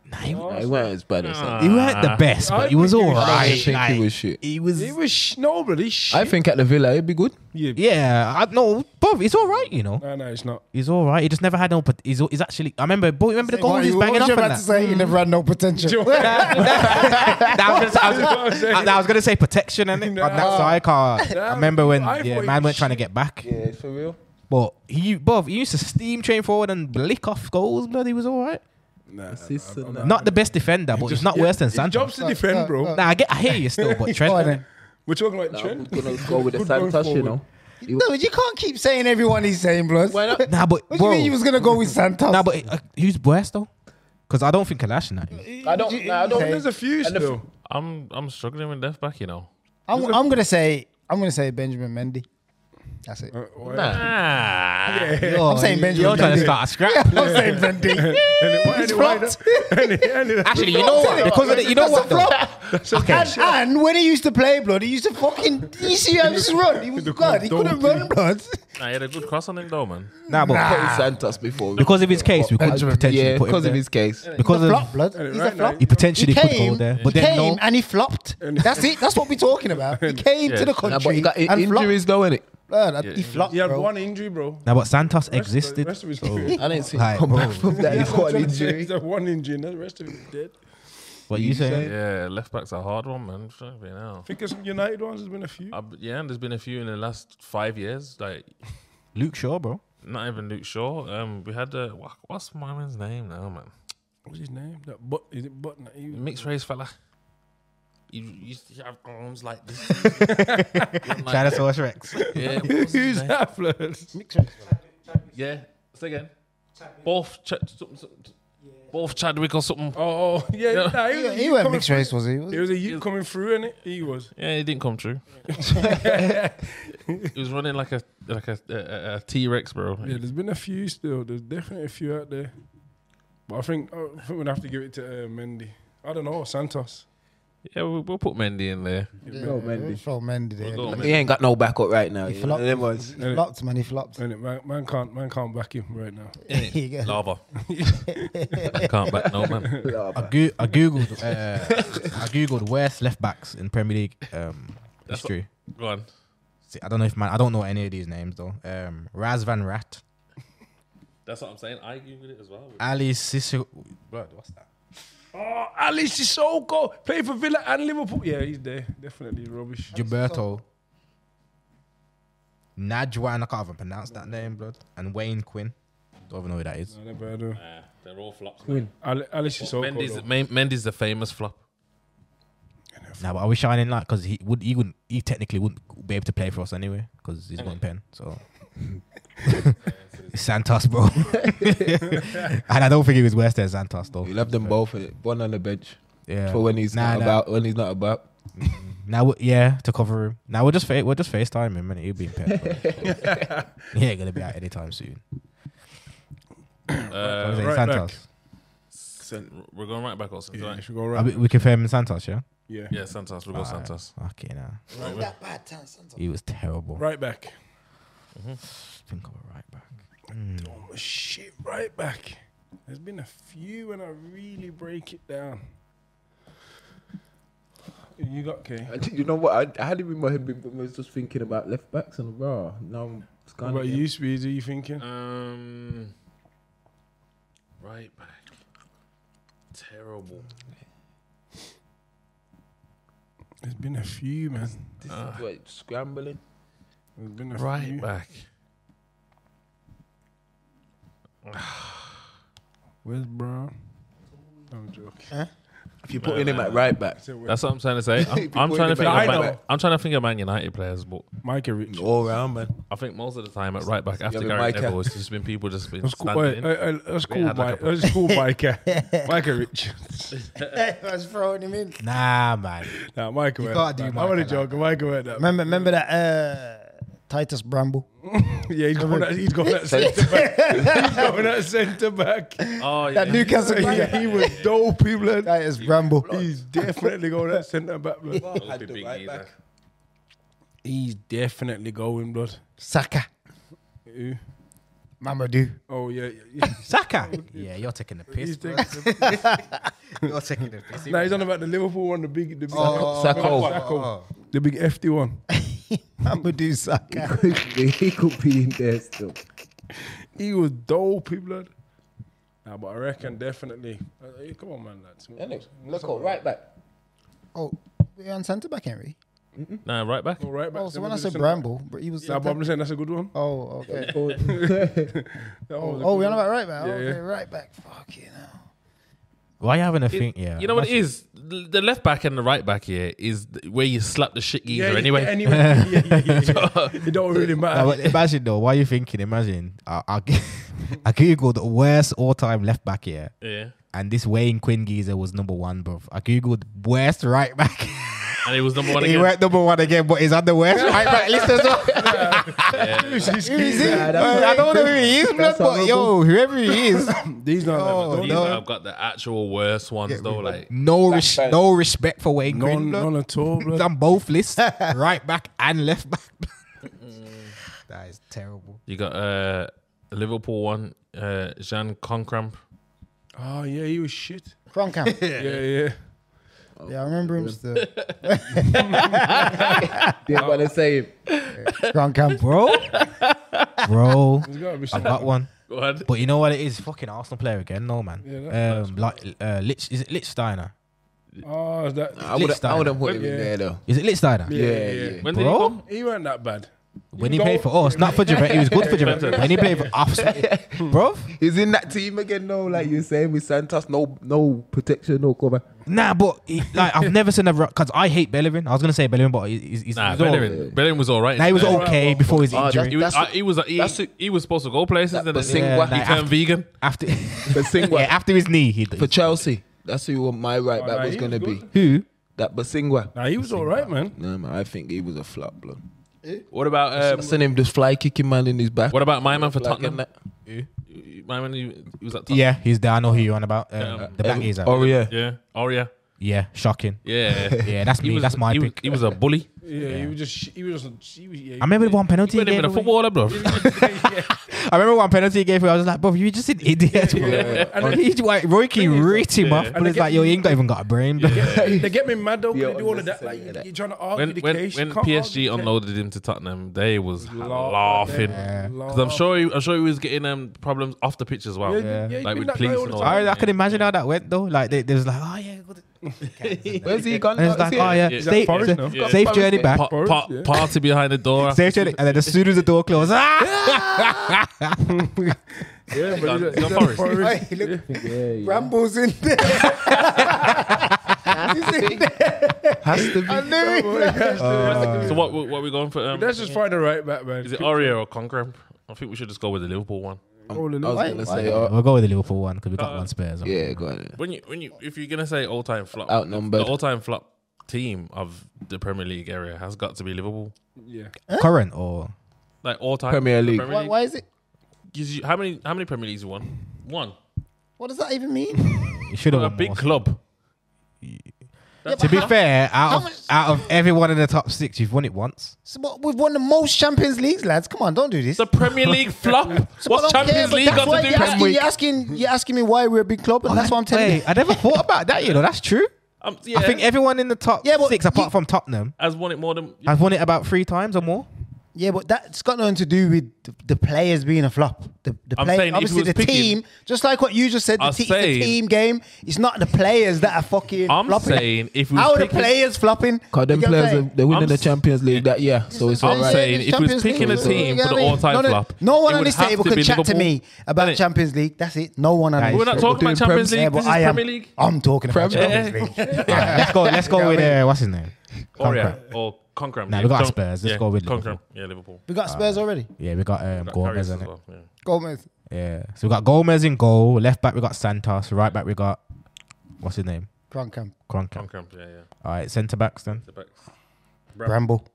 Speaker 1: Nah, he,
Speaker 4: Nah, he weren't as bad as that.
Speaker 1: he weren't the best, but he was
Speaker 5: I think
Speaker 1: all
Speaker 5: he was-
Speaker 4: I
Speaker 1: right.
Speaker 4: don't think
Speaker 1: like,
Speaker 4: he was shit.
Speaker 1: he was-
Speaker 5: He was sh- no, but he's shit.
Speaker 4: I think at the Villa he'd be good.
Speaker 5: yeah.
Speaker 1: yeah, I know, Bob. He's all right, you know.
Speaker 5: No, no, it's not.
Speaker 1: He's all right. He just never had no. pot- He's he's actually. I remember. Boy, remember the goals he's banging up
Speaker 3: you
Speaker 1: and
Speaker 3: about
Speaker 1: that.
Speaker 3: to say? He never had no potential.
Speaker 1: Nah, I was gonna say- I was- I- nah, I was gonna say protection and it
Speaker 5: Nah.
Speaker 1: on that side card. I remember when
Speaker 5: I
Speaker 1: yeah,
Speaker 5: thought he
Speaker 1: man
Speaker 5: was
Speaker 1: went trying to get back,
Speaker 4: Yeah, for real.
Speaker 1: but he, Bob, he used to steam train forward and lick off goals. Blood, he was all right.
Speaker 5: Nah,
Speaker 1: Not the best defender, but he's not worse than
Speaker 5: his
Speaker 1: Sancho.
Speaker 5: job's to defend, bro.
Speaker 1: Nah, I get, I hear you still, but Trent.
Speaker 3: Go on then.
Speaker 5: We're talking about
Speaker 4: Nah,
Speaker 5: Trent.
Speaker 4: we're gonna go with the
Speaker 5: Good going
Speaker 4: Santos, you
Speaker 5: forward.
Speaker 4: know. He-
Speaker 3: No, but you can't keep saying everyone he's saying, blood.
Speaker 4: Why not?
Speaker 1: Nah, but
Speaker 3: What do
Speaker 1: bro,
Speaker 3: you mean you was gonna go with Santos?
Speaker 1: nah, but uh, who's worse though? Because I don't think Kalashnikov.
Speaker 4: I don't. Nah, I don't.
Speaker 5: There's a few
Speaker 4: And the-
Speaker 5: still.
Speaker 2: I'm I'm struggling with left back, you know.
Speaker 3: I'm, I'm gonna say I'm gonna say Benjamin Mendy. That's it.
Speaker 5: Uh, why-
Speaker 2: Ah.
Speaker 1: I'm
Speaker 3: saying Benjamin
Speaker 1: You're trying to
Speaker 3: Mendy.
Speaker 1: start a scrap.
Speaker 3: I'm saying Mendy.
Speaker 5: and it- why-
Speaker 3: He's
Speaker 5: and it- why
Speaker 3: flopped.
Speaker 5: not? And it- and it-
Speaker 1: Actually, you know what? Because of the, you know
Speaker 3: That's
Speaker 1: what?
Speaker 3: a
Speaker 1: Though?
Speaker 5: That's okay.
Speaker 3: And, and when he used to play, blood, he used to fucking. You see how he used to run? He was
Speaker 5: The
Speaker 3: blood. He couldn't
Speaker 5: donkey.
Speaker 3: run, blood.
Speaker 2: Nah, he had a good cross on him though, man.
Speaker 1: Nah, but
Speaker 4: Put in Santos before.
Speaker 1: because of his case, we could
Speaker 4: Benjamin,
Speaker 1: potentially
Speaker 4: yeah,
Speaker 1: put him
Speaker 4: because
Speaker 1: there.
Speaker 4: of his case.
Speaker 1: because of
Speaker 3: Flop, blood. He's a
Speaker 5: right
Speaker 3: flop.
Speaker 5: now,
Speaker 1: he potentially
Speaker 3: He
Speaker 1: could go
Speaker 3: came,
Speaker 1: there,
Speaker 3: he
Speaker 1: but then
Speaker 3: came
Speaker 1: no.
Speaker 3: and he flopped. That's it. That's what we're talking about. He came
Speaker 2: Yeah.
Speaker 3: to the
Speaker 4: Nah,
Speaker 3: country
Speaker 4: but he got i-
Speaker 3: and
Speaker 4: injuries though, innit?
Speaker 3: flopped. Blood,
Speaker 2: Yeah.
Speaker 3: He flopped,
Speaker 5: He had
Speaker 3: bro.
Speaker 5: one injury, bro.
Speaker 1: Now, but Santos
Speaker 5: Rest of-
Speaker 1: existed.
Speaker 5: rest of his career.
Speaker 4: I didn't see
Speaker 1: Like,
Speaker 4: him come
Speaker 1: bro.
Speaker 4: back from that. He's got an injury.
Speaker 5: He's had one injury, and the rest of it is dead.
Speaker 1: What you saying?
Speaker 2: Yeah, left back's a hard one, man. Fucking hell.
Speaker 5: I think it's United ones. There's been a few.
Speaker 2: I, yeah, and there's been a few in the last five years. Like
Speaker 1: Luke Shaw, bro.
Speaker 2: not even Luke Shaw. Um, we had uh, wha- what's my man's name now, man?
Speaker 5: What's his name? That but is it but he,
Speaker 2: Mixed race fella. You used to have arms like this.
Speaker 1: Tyrannosaurus Rex.
Speaker 2: yeah, what was his
Speaker 5: Who's
Speaker 2: name?
Speaker 5: that? Fleurs?
Speaker 2: Yeah, say again. Both, Ch- something, something, both Chadwick or something.
Speaker 5: Oh yeah,
Speaker 2: Yeah.
Speaker 5: nah, he, was,
Speaker 3: He
Speaker 5: he
Speaker 3: went
Speaker 5: coming
Speaker 3: mixed
Speaker 5: through-
Speaker 3: race, was he? Was
Speaker 5: It was a you coming through, and it he was.
Speaker 2: Yeah, it didn't come true. he was running like a like a, a, a T Rex, bro.
Speaker 5: Yeah, there's been a few still. There's definitely a few out there, but I think I think we'd have to give it to uh, Mendy. I don't know Santos.
Speaker 2: Yeah, we'll, we'll put Mendy in there.
Speaker 3: Throw Mendy. Throw Mendy there.
Speaker 2: We'll go
Speaker 4: He ain't got no backup right now.
Speaker 3: He
Speaker 4: you know.
Speaker 3: flopped.
Speaker 4: Them ones.
Speaker 3: He flopped, man. He flopped.
Speaker 5: And it, man, man can't man can't back him right now.
Speaker 3: Here you go.
Speaker 2: Lava. I can't back no man.
Speaker 1: I, go- I googled. Uh, I googled worst left backs in Premier League um,
Speaker 2: That's
Speaker 1: history.
Speaker 2: Go on.
Speaker 1: See, I don't know if man. I don't know any of these names though. Um, Raz Van Rat,
Speaker 2: That's what I'm saying. I googled it as well.
Speaker 1: Ali Sissoko. Bro, what's that?
Speaker 5: Oh, Alice Sissoko played for Villa and Liverpool. Yeah, he's there. Definitely rubbish.
Speaker 1: Gilberto. Najwan. I can't even pronounce that name, blood. And Wayne Quinn. Don't even know who that is.
Speaker 5: I never heard of him.
Speaker 2: Nah, they're all flops.
Speaker 5: Ali- Alice Sissoko.
Speaker 2: Mendy's,
Speaker 5: though.
Speaker 2: Men- Mendy's the famous flop.
Speaker 1: Now, but are we shining light? Because he would. He wouldn't. He technically wouldn't be able to play for us anyway. Because he's one pen. So Santos, bro. and I don't think he was worse than Santos, though.
Speaker 4: We love them both. eh? One on the bench
Speaker 1: Yeah.
Speaker 4: for when he's
Speaker 1: Nah,
Speaker 4: not
Speaker 1: nah.
Speaker 4: about. When he's not about.
Speaker 1: Now, we- yeah, to cover him. Now we'll just fa- we'll just FaceTime him and he'll be in pet. bro. he ain't gonna be out anytime soon. I was
Speaker 2: Uh,
Speaker 1: saying
Speaker 5: right
Speaker 1: Santos.
Speaker 2: sen- we're going right back also.
Speaker 5: Yeah,
Speaker 2: Yeah,
Speaker 5: you should go
Speaker 1: I
Speaker 5: right.
Speaker 1: mean, we can fair him in Santos, yeah.
Speaker 5: yeah.
Speaker 2: yeah Santos. We'll go
Speaker 1: Alright.
Speaker 2: Santos.
Speaker 1: Okay, now
Speaker 3: Not that bad, Tan Santos.
Speaker 1: he was terrible.
Speaker 5: Right back.
Speaker 1: Think of a right back. Mm.
Speaker 5: Oh, shit, right back. There's been a few when I really break it down. You got K.
Speaker 4: I think- You know what? I, I had him in my head. but I was just thinking about left backs and raw. Now I'm just
Speaker 5: What
Speaker 4: kind
Speaker 5: about
Speaker 4: of.
Speaker 5: you, Speedy? You thinking?
Speaker 2: Um, right back. Terrible.
Speaker 5: There's been a few, man.
Speaker 4: This is what, scrambling.
Speaker 5: There's been a few.
Speaker 2: Right back.
Speaker 5: Where's Brown? I'm joking.
Speaker 4: If you put in him at right back,
Speaker 5: So where's
Speaker 2: That's what I'm trying to say. I'm, I'm
Speaker 4: People
Speaker 2: trying to
Speaker 4: in the
Speaker 2: think. Of
Speaker 5: back. I
Speaker 2: Man,
Speaker 5: know.
Speaker 2: I'm trying to think of Man United players, but
Speaker 5: Micah Rich.
Speaker 4: all round man.
Speaker 2: I think most of the time at right back after
Speaker 4: but
Speaker 2: Gary
Speaker 4: Micah-
Speaker 2: Neville, it's just been people just been
Speaker 5: That's cool.
Speaker 2: standing.
Speaker 5: Wait,
Speaker 2: in.
Speaker 5: I, I, that's
Speaker 2: Yeah,
Speaker 5: cool,
Speaker 2: I'd like
Speaker 5: Mike.
Speaker 2: a-
Speaker 5: That's cool, Micah. Micah Richards.
Speaker 3: I was throwing him in.
Speaker 1: Nah, man.
Speaker 5: Nah, Micah.
Speaker 1: You
Speaker 5: weren't
Speaker 1: can't do
Speaker 5: that. I
Speaker 1: Micah
Speaker 5: want to
Speaker 1: like
Speaker 5: joke. Micah weren't that.
Speaker 3: Remember, remember that uh, Titus Bramble.
Speaker 5: Yeah, he's going that. He's going that centre back. He's going that centre back.
Speaker 2: Oh yeah.
Speaker 3: That Newcastle guy.
Speaker 5: He, he was dope, he blood.
Speaker 3: Titus Bramble.
Speaker 5: He's definitely going that centre back, blood.
Speaker 2: That would be big either.
Speaker 5: He's definitely going, blood.
Speaker 3: Saka.
Speaker 5: Who?
Speaker 3: Mamadou.
Speaker 5: Oh yeah, yeah, yeah.
Speaker 1: Saka. Yeah, you're taking the piss.
Speaker 5: he's
Speaker 1: bro.
Speaker 5: taking. the-
Speaker 1: You're taking the piss.
Speaker 5: Nah, he's on about the Liverpool one, the big, the big,
Speaker 3: Oh,
Speaker 4: Sacco.
Speaker 5: Sacco. the big FD one.
Speaker 3: Mamadou Saka.
Speaker 4: he could be in there still.
Speaker 5: He was dope, he blood. Nah, but I reckon definitely. Uh, hey, come on, man, lads.
Speaker 4: Look, all right back.
Speaker 3: Oh, we're on centre back, Henry.
Speaker 2: Nah, right back.
Speaker 5: All right, back.
Speaker 3: Oh, so
Speaker 5: Then
Speaker 3: when
Speaker 5: we
Speaker 3: I
Speaker 5: do
Speaker 3: said
Speaker 5: centre-
Speaker 3: Bramble, but he was.
Speaker 5: Nah, but I'm just saying that's a good one.
Speaker 3: Oh, okay.
Speaker 5: That one was a
Speaker 3: Oh,
Speaker 5: good
Speaker 3: we're on
Speaker 5: one.
Speaker 3: about right back.
Speaker 5: Yeah,
Speaker 3: okay,
Speaker 5: yeah.
Speaker 3: right back. Fuck you know.
Speaker 1: Why you having a
Speaker 2: It-
Speaker 1: think? Yeah.
Speaker 2: You know what it is? L- The left back and the right back here is th- where you slap the shit geezer
Speaker 5: yeah,
Speaker 2: anyway.
Speaker 5: Yeah, anyway, yeah, yeah, yeah, yeah. it don't really
Speaker 1: Nah,
Speaker 5: matter.
Speaker 1: but imagine though. Why are you thinking? Imagine. I, I, g- I googled worst all-time left back here,
Speaker 2: yeah.
Speaker 1: and this Wayne Quinn geezer was number one, bro. I googled worst right back.
Speaker 2: And it was number one
Speaker 1: he
Speaker 2: again.
Speaker 1: went number one again, but he's on the worst right back list as well.
Speaker 5: Who's this
Speaker 1: Who is he?
Speaker 5: geezer?
Speaker 4: that's
Speaker 1: Uh, I don't know who he is, blood,
Speaker 4: That's
Speaker 1: but yo, whoever he is,
Speaker 5: These not
Speaker 1: Oh,
Speaker 5: that.
Speaker 2: These
Speaker 1: no.
Speaker 2: I've got the actual worst ones though. Like
Speaker 1: no res-
Speaker 4: back.
Speaker 1: no respect for Wayne
Speaker 5: No,
Speaker 1: Quinn. blood.
Speaker 5: no, no, at all,
Speaker 1: It's
Speaker 5: blood.
Speaker 1: on both lists, right back and left back. that is terrible.
Speaker 2: you got uh Liverpool one, uh Jean Concramp.
Speaker 5: Oh yeah, he was shit.
Speaker 3: Cronkamp.
Speaker 5: Yeah, yeah.
Speaker 3: yeah, I remember him still.
Speaker 4: Didn't want to say him.
Speaker 3: Cronkamp.
Speaker 1: Bro, bro,
Speaker 5: There's gotta be
Speaker 1: I've
Speaker 5: some.
Speaker 1: got one.
Speaker 2: Go ahead.
Speaker 1: But you know what it is? Fucking Arsenal player again, no man.
Speaker 5: Yeah, that's
Speaker 1: um, like uh, Lich, is it Lichsteiner?
Speaker 5: Oh, is that
Speaker 4: I would. I
Speaker 1: Lichsteiner.
Speaker 4: would have put him in there though.
Speaker 1: Is it Lichsteiner?
Speaker 5: Yeah,
Speaker 4: Yeah,
Speaker 5: yeah.
Speaker 4: yeah.
Speaker 2: When did
Speaker 1: Bro,
Speaker 2: he go?
Speaker 5: he weren't that bad.
Speaker 1: when
Speaker 5: You
Speaker 1: he
Speaker 5: go-
Speaker 1: played for us, not for Juventus, he was good for Juventus.
Speaker 2: Juventus.
Speaker 1: When he played for us, bro,
Speaker 4: He's in that team again though, like you saying with Santos. No, no protection, no cover.
Speaker 1: nah, but he, like I've never seen a because I hate Bellerin. I was gonna say Bellerin, but he- he's, he's,
Speaker 2: Nah,
Speaker 1: he's all-
Speaker 2: Bellerin. Bellerin was alright.
Speaker 1: Nah, he was
Speaker 2: Yeah.
Speaker 1: okay before his
Speaker 4: Oh, that's-
Speaker 1: injury.
Speaker 2: He was,
Speaker 4: That's-
Speaker 2: uh, he, was he,
Speaker 4: that's-
Speaker 2: he was supposed to go places and
Speaker 4: But
Speaker 2: then
Speaker 4: sing
Speaker 1: Yeah,
Speaker 4: what?
Speaker 2: he
Speaker 1: like,
Speaker 2: turned vegan.
Speaker 1: after,
Speaker 4: But sing
Speaker 1: yeah,
Speaker 4: what?
Speaker 1: after his knee, he
Speaker 4: for Chelsea. That's who my right
Speaker 5: Oh,
Speaker 4: back
Speaker 5: nah,
Speaker 4: was
Speaker 5: he
Speaker 4: gonna
Speaker 5: was
Speaker 4: be.
Speaker 5: good.
Speaker 1: who
Speaker 4: That Basingwa.
Speaker 5: Nah, he was all right, man.
Speaker 4: No man, I think he was a flop, blood.
Speaker 2: What about
Speaker 4: I
Speaker 2: um,
Speaker 4: seen him just fly kicking man in his back.
Speaker 2: what about my man for
Speaker 4: Like,
Speaker 2: Tottenham?
Speaker 4: and
Speaker 2: My man, he, he was at Tottenham.
Speaker 1: Yeah, he's there. I know who you're on about. Um,
Speaker 2: Yeah.
Speaker 1: the
Speaker 4: that-
Speaker 1: black geezer.
Speaker 4: Oh yeah.
Speaker 2: yeah, oh yeah,
Speaker 1: Yeah, shocking.
Speaker 2: yeah.
Speaker 1: Yeah, that's
Speaker 2: He
Speaker 1: me.
Speaker 2: was-
Speaker 1: that's my
Speaker 2: he Was,
Speaker 1: pick.
Speaker 2: he was a bully.
Speaker 5: Yeah, he was just. He was. Just, he was yeah,
Speaker 1: I remember the one penalty
Speaker 2: He
Speaker 1: he
Speaker 2: wasn't
Speaker 1: gave.
Speaker 2: even a
Speaker 1: away.
Speaker 2: footballer, bro.
Speaker 1: I remember one penalty he gave. Away. I was like, bro, you're just an idiot. Bro.
Speaker 5: And then-
Speaker 1: He, like, Roy Keane ripped him off, but
Speaker 5: And
Speaker 1: it's
Speaker 5: they
Speaker 1: like,
Speaker 5: get-
Speaker 1: yo, you ain't got- even got a brain. bro.
Speaker 5: They get me mad though.
Speaker 4: Yeah,
Speaker 5: Yeah, they do all of that.
Speaker 4: unnecessary,
Speaker 5: Like
Speaker 4: yeah.
Speaker 5: you're trying to argue
Speaker 2: when
Speaker 5: the
Speaker 2: when,
Speaker 5: case.
Speaker 2: when
Speaker 5: You can't argue
Speaker 2: PSG
Speaker 5: the case.
Speaker 2: unloaded him to Tottenham, they was ha-
Speaker 5: Laugh-
Speaker 2: laughing.
Speaker 5: Yeah.
Speaker 2: Because I'm sure he, I'm sure he was getting um, problems off the pitch as well.
Speaker 5: Yeah, yeah,
Speaker 2: Like
Speaker 5: like
Speaker 2: with
Speaker 5: with
Speaker 2: police
Speaker 5: all
Speaker 2: and
Speaker 5: the
Speaker 2: all
Speaker 5: time.
Speaker 1: I, I can imagine how that went though. Like they, they was like, oh yeah, good."
Speaker 4: Where's he gone?
Speaker 1: and it's
Speaker 4: now?
Speaker 1: like,
Speaker 4: Is he-
Speaker 1: oh yeah,
Speaker 2: Yeah.
Speaker 1: safe,
Speaker 5: Forest
Speaker 1: sa-
Speaker 5: now?
Speaker 2: Yeah.
Speaker 1: safe
Speaker 4: Forest
Speaker 1: journey
Speaker 4: now.
Speaker 1: back,
Speaker 2: Pa-
Speaker 5: Forest,
Speaker 2: pa-
Speaker 5: yeah.
Speaker 2: Party behind the door.
Speaker 1: safe journey, and then as soon as the door closed, ah!
Speaker 5: Yeah,
Speaker 2: Gone-
Speaker 5: but
Speaker 2: gone
Speaker 5: he's a-
Speaker 2: Forest.
Speaker 5: Forest.
Speaker 3: Hey, look, Brambles in there. He's in there.
Speaker 4: Has to be.
Speaker 3: I knew it.
Speaker 2: so what what are we going for? Um,
Speaker 5: Let's just find the right back, man.
Speaker 2: is it Aria or Concramp? I think we should just go with the Liverpool one.
Speaker 4: Um, I
Speaker 5: Oh,
Speaker 4: was
Speaker 5: Lulu.
Speaker 4: gonna
Speaker 3: Why-
Speaker 4: say,
Speaker 3: why-
Speaker 4: uh,
Speaker 1: We'll go with the Liverpool one because we got
Speaker 2: Uh,
Speaker 1: one spare. So.
Speaker 4: yeah, go on.
Speaker 2: When you when you if you're gonna say all time flop,
Speaker 4: Outnumbered.
Speaker 2: the all time flop team of the Premier League area has got to be Liverpool.
Speaker 5: Yeah.
Speaker 1: Current or
Speaker 2: Like all time
Speaker 4: Premier League.
Speaker 2: Premier
Speaker 3: Why,
Speaker 2: League.
Speaker 3: why is it?
Speaker 2: Gives you- how many how many Premier Leagues you won? One.
Speaker 3: What does that even mean?
Speaker 1: it should
Speaker 2: A
Speaker 1: have
Speaker 2: big club.
Speaker 1: To be fair,
Speaker 3: how
Speaker 1: out
Speaker 3: much-
Speaker 1: of, out of everyone in the top six, you've won it once.
Speaker 3: So what, we've won the most Champions Leagues, lads. Come on, don't do this.
Speaker 2: The Premier League flop.
Speaker 3: So
Speaker 2: What's
Speaker 3: I don't care,
Speaker 2: Champions
Speaker 3: but
Speaker 2: League
Speaker 3: that's
Speaker 2: got
Speaker 3: why
Speaker 2: to do?
Speaker 3: You're
Speaker 2: with-
Speaker 3: asking, you're asking, you're asking me why we're a big club, and that's what I'm telling you.
Speaker 1: Wait, I never thought about that. You know, that's true.
Speaker 2: Um, yeah,
Speaker 1: I think everyone in the top
Speaker 3: Yeah, but
Speaker 1: six,
Speaker 3: you-
Speaker 1: apart from Tottenham,
Speaker 2: has won it more than
Speaker 1: has won it about three times or more.
Speaker 3: Yeah, but that's got nothing to do with the, the players being a flop. The, the
Speaker 2: I'm
Speaker 3: play-
Speaker 2: saying if
Speaker 3: obviously
Speaker 2: it was
Speaker 3: the team, just like what you just said, the,
Speaker 2: I'm
Speaker 3: te- it's
Speaker 2: saying-
Speaker 3: the team game. It's not the players that are fucking
Speaker 2: I'm
Speaker 3: flopping.
Speaker 2: saying if we
Speaker 3: How
Speaker 2: was
Speaker 3: are the
Speaker 2: picking-
Speaker 3: players flopping?
Speaker 4: Because
Speaker 3: You
Speaker 4: them
Speaker 3: get what I'm
Speaker 4: players,
Speaker 3: saying?
Speaker 4: are- they're winning
Speaker 2: I'm
Speaker 4: the
Speaker 2: s-
Speaker 4: Champions League that year. So it's
Speaker 2: I'm
Speaker 4: all right.
Speaker 2: saying if we was
Speaker 3: Champions League,
Speaker 2: picking a
Speaker 3: so you
Speaker 2: team for
Speaker 3: get
Speaker 2: the
Speaker 3: what I mean?
Speaker 2: all-time
Speaker 3: no, no,
Speaker 2: flop,
Speaker 3: No
Speaker 2: it
Speaker 3: one on
Speaker 2: would
Speaker 3: this
Speaker 2: have
Speaker 3: table
Speaker 2: to
Speaker 3: could
Speaker 2: be
Speaker 3: chat to
Speaker 2: Liverpool,
Speaker 3: me about
Speaker 2: innit?
Speaker 3: Champions League. That's it. No one on
Speaker 1: Guys,
Speaker 3: this
Speaker 2: We're not
Speaker 3: table.
Speaker 2: talking about
Speaker 4: doing
Speaker 2: Champions
Speaker 4: Prem-
Speaker 2: League.
Speaker 3: Yeah,
Speaker 2: This is
Speaker 3: but I am.
Speaker 2: Premier League.
Speaker 3: I'm talking about
Speaker 4: Prem-
Speaker 3: Champions
Speaker 2: Yeah.
Speaker 3: League.
Speaker 1: Alright, let's go. Let's go with uh, what's his name?
Speaker 2: Or
Speaker 1: Concrete.
Speaker 2: yeah, or Concram.
Speaker 1: Nah,
Speaker 2: yeah.
Speaker 1: we got
Speaker 2: Con-
Speaker 1: Spurs. Let's
Speaker 2: yeah,
Speaker 1: go with
Speaker 2: Concram. Yeah, Liverpool.
Speaker 3: We got Spurs already.
Speaker 1: Yeah, we got um,
Speaker 2: Got
Speaker 1: Gomez
Speaker 2: Carrius
Speaker 1: in
Speaker 2: as
Speaker 1: it.
Speaker 2: well, yeah.
Speaker 3: Gomez.
Speaker 1: Yeah, so we got Gomez in goal. Left back we got Santos. Right back we got what's his name?
Speaker 3: Cronkamp.
Speaker 1: Kronka.
Speaker 2: Concram. Yeah, yeah.
Speaker 1: All right, centre backs then.
Speaker 2: The backs.
Speaker 3: Bramble.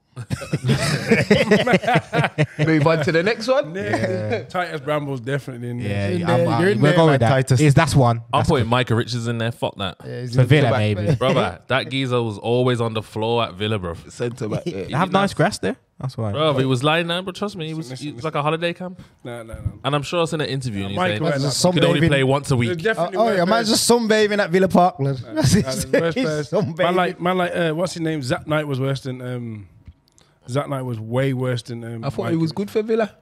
Speaker 4: Move on to the next one.
Speaker 5: Titus Bramble's definitely in
Speaker 1: Yeah,
Speaker 5: there.
Speaker 3: in
Speaker 1: yeah, I'm,
Speaker 3: there,
Speaker 1: uh,
Speaker 3: you're in
Speaker 1: we're
Speaker 3: there,
Speaker 1: going
Speaker 3: man,
Speaker 1: with that.
Speaker 3: Titus.
Speaker 1: Is that's one?
Speaker 2: I'm
Speaker 1: That's
Speaker 2: putting Micah Richards in there. Fuck that.
Speaker 3: Yeah, he's
Speaker 1: for
Speaker 3: in-
Speaker 1: Villa,
Speaker 4: back.
Speaker 1: maybe.
Speaker 2: Brother, that geezer was always on the floor at Villa, bro.
Speaker 4: Centre back.
Speaker 1: They
Speaker 4: yeah.
Speaker 1: have nice grass there. That's why.
Speaker 2: Bro, he was lying down, but trust me, he was,
Speaker 5: Listen,
Speaker 2: he was
Speaker 5: listen.
Speaker 2: like a holiday camp.
Speaker 5: Nah, nah, nah.
Speaker 2: And I'm sure it's in an interview. And he
Speaker 5: Micah
Speaker 2: said,
Speaker 5: was
Speaker 2: "You
Speaker 5: just
Speaker 2: could only
Speaker 3: sunbathing.
Speaker 2: play once a
Speaker 5: There's
Speaker 2: week.
Speaker 5: definitely
Speaker 3: Oh,
Speaker 5: worse
Speaker 3: yeah, man's
Speaker 5: players.
Speaker 3: just sunbathing at Villa Park. lad. That's it.
Speaker 5: Nah, there's worse players. Man
Speaker 3: Sunbathing.
Speaker 5: like, man like, uh, what's his name? Zach Knight was worse than. Um, Zach Knight was way worse than. Um,
Speaker 4: I thought he
Speaker 5: Michael.
Speaker 4: was good for Villa.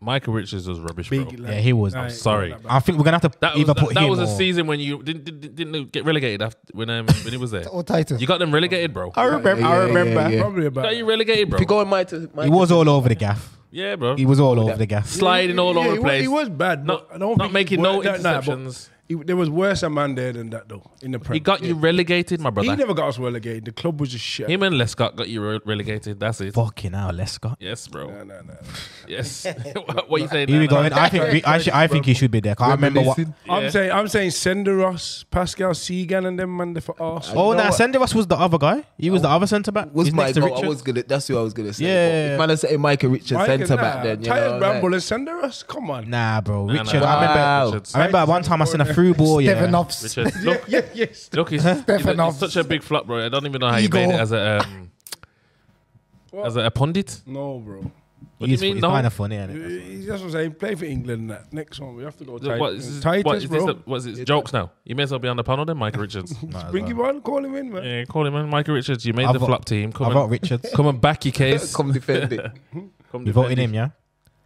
Speaker 2: Michael Richards was rubbish, bro.
Speaker 5: Big, like,
Speaker 1: Yeah, he was.
Speaker 5: nah,
Speaker 1: I'm
Speaker 2: sorry.
Speaker 5: not that bad.
Speaker 1: I think we're gonna have to
Speaker 2: That was,
Speaker 1: either
Speaker 2: that,
Speaker 1: put
Speaker 2: that
Speaker 1: him
Speaker 2: was a
Speaker 1: or-
Speaker 2: season when you didn't, didn't, didn't get relegated after, when, um, when he was there.
Speaker 3: Or Titus.
Speaker 2: You got them relegated, bro.
Speaker 3: I remember. I
Speaker 4: Yeah, yeah,
Speaker 3: remember.
Speaker 4: yeah, yeah.
Speaker 5: Probably about.
Speaker 2: Got you relegated, bro.
Speaker 4: If you go in my, to, my
Speaker 1: He was all over the gaff.
Speaker 2: Yeah, bro.
Speaker 1: He was all over the gaff.
Speaker 2: Sliding all
Speaker 5: Yeah,
Speaker 2: over
Speaker 5: he
Speaker 2: the
Speaker 5: wa-
Speaker 2: place.
Speaker 5: He was bad.
Speaker 2: Not-
Speaker 5: but I don't
Speaker 2: not
Speaker 5: think
Speaker 2: making
Speaker 5: he
Speaker 2: no
Speaker 5: was that- nah, but
Speaker 2: interceptions.
Speaker 5: he- there was worse a man there than that though in the Prem.
Speaker 2: He got you relegated, my
Speaker 5: He
Speaker 2: brother.
Speaker 5: never got us relegated. The club was just shit.
Speaker 2: Him and Lescott got you re- relegated. That's it.
Speaker 1: Fucking hell, Lescott.
Speaker 2: Yes, bro.
Speaker 5: Nah, nah, nah.
Speaker 2: Yes. what what you saying?
Speaker 1: Here we
Speaker 2: now,
Speaker 1: go.
Speaker 2: now?
Speaker 1: And I think we, I, should, I think he should be there. 'cause I remember what.
Speaker 4: Reminiscing.
Speaker 2: Yeah.
Speaker 5: I'm saying, I'm saying, Senderos, Pascal Segan, and them man there for Arsenal.
Speaker 1: Oh,
Speaker 4: You know
Speaker 1: nah,
Speaker 4: what?
Speaker 1: Senderos was the other guy. He was the other centre back.
Speaker 4: Was
Speaker 1: He's
Speaker 4: my
Speaker 1: next to
Speaker 4: goal. I
Speaker 1: Richards.
Speaker 4: was gonna. That's who I was gonna say.
Speaker 1: Yeah,
Speaker 4: But
Speaker 1: yeah, yeah.
Speaker 4: If man, I say Micah Richards centre back. Then you know.
Speaker 5: Titus Bramble
Speaker 4: like-
Speaker 5: and Senderos. Come on.
Speaker 1: Nah, bro.
Speaker 2: Nah, nah,
Speaker 1: Richard,
Speaker 2: nah.
Speaker 1: I remember.
Speaker 4: Wow.
Speaker 2: Richards.
Speaker 1: I remember one time I seen a through ball. Yeah,
Speaker 3: Stefanovs.
Speaker 2: Richards. Look,
Speaker 5: Yeah, yes.
Speaker 2: Look, he's, he's, he's
Speaker 3: Stefanovs.
Speaker 2: such a big flop, bro. I don't even know how you
Speaker 3: Igor.
Speaker 2: made it as a um,
Speaker 5: What?
Speaker 2: as a, a pundit.
Speaker 5: No, bro.
Speaker 2: What do you
Speaker 1: He's,
Speaker 2: mean?
Speaker 1: he's
Speaker 2: No.
Speaker 1: kind of funny,
Speaker 5: Uh,
Speaker 1: isn't it?
Speaker 5: That's what I'm saying. Play for England. and That next one, we have to go.
Speaker 2: Look,
Speaker 5: Titus,
Speaker 2: what, is this,
Speaker 5: Titus
Speaker 2: what, is this
Speaker 5: bro.
Speaker 2: the- what's his jokes now? You may as well be on the panel then, Michael Richards.
Speaker 5: Bring him on. Call him in, man.
Speaker 2: yeah, call him in, Michael Richards. You made
Speaker 1: I
Speaker 2: the
Speaker 1: vote-
Speaker 2: flop team. Come
Speaker 1: I
Speaker 2: on,
Speaker 1: vote Richards.
Speaker 2: come and back your case.
Speaker 4: Come defend it.
Speaker 2: Come
Speaker 1: You voted him,
Speaker 2: defend it.
Speaker 1: yeah?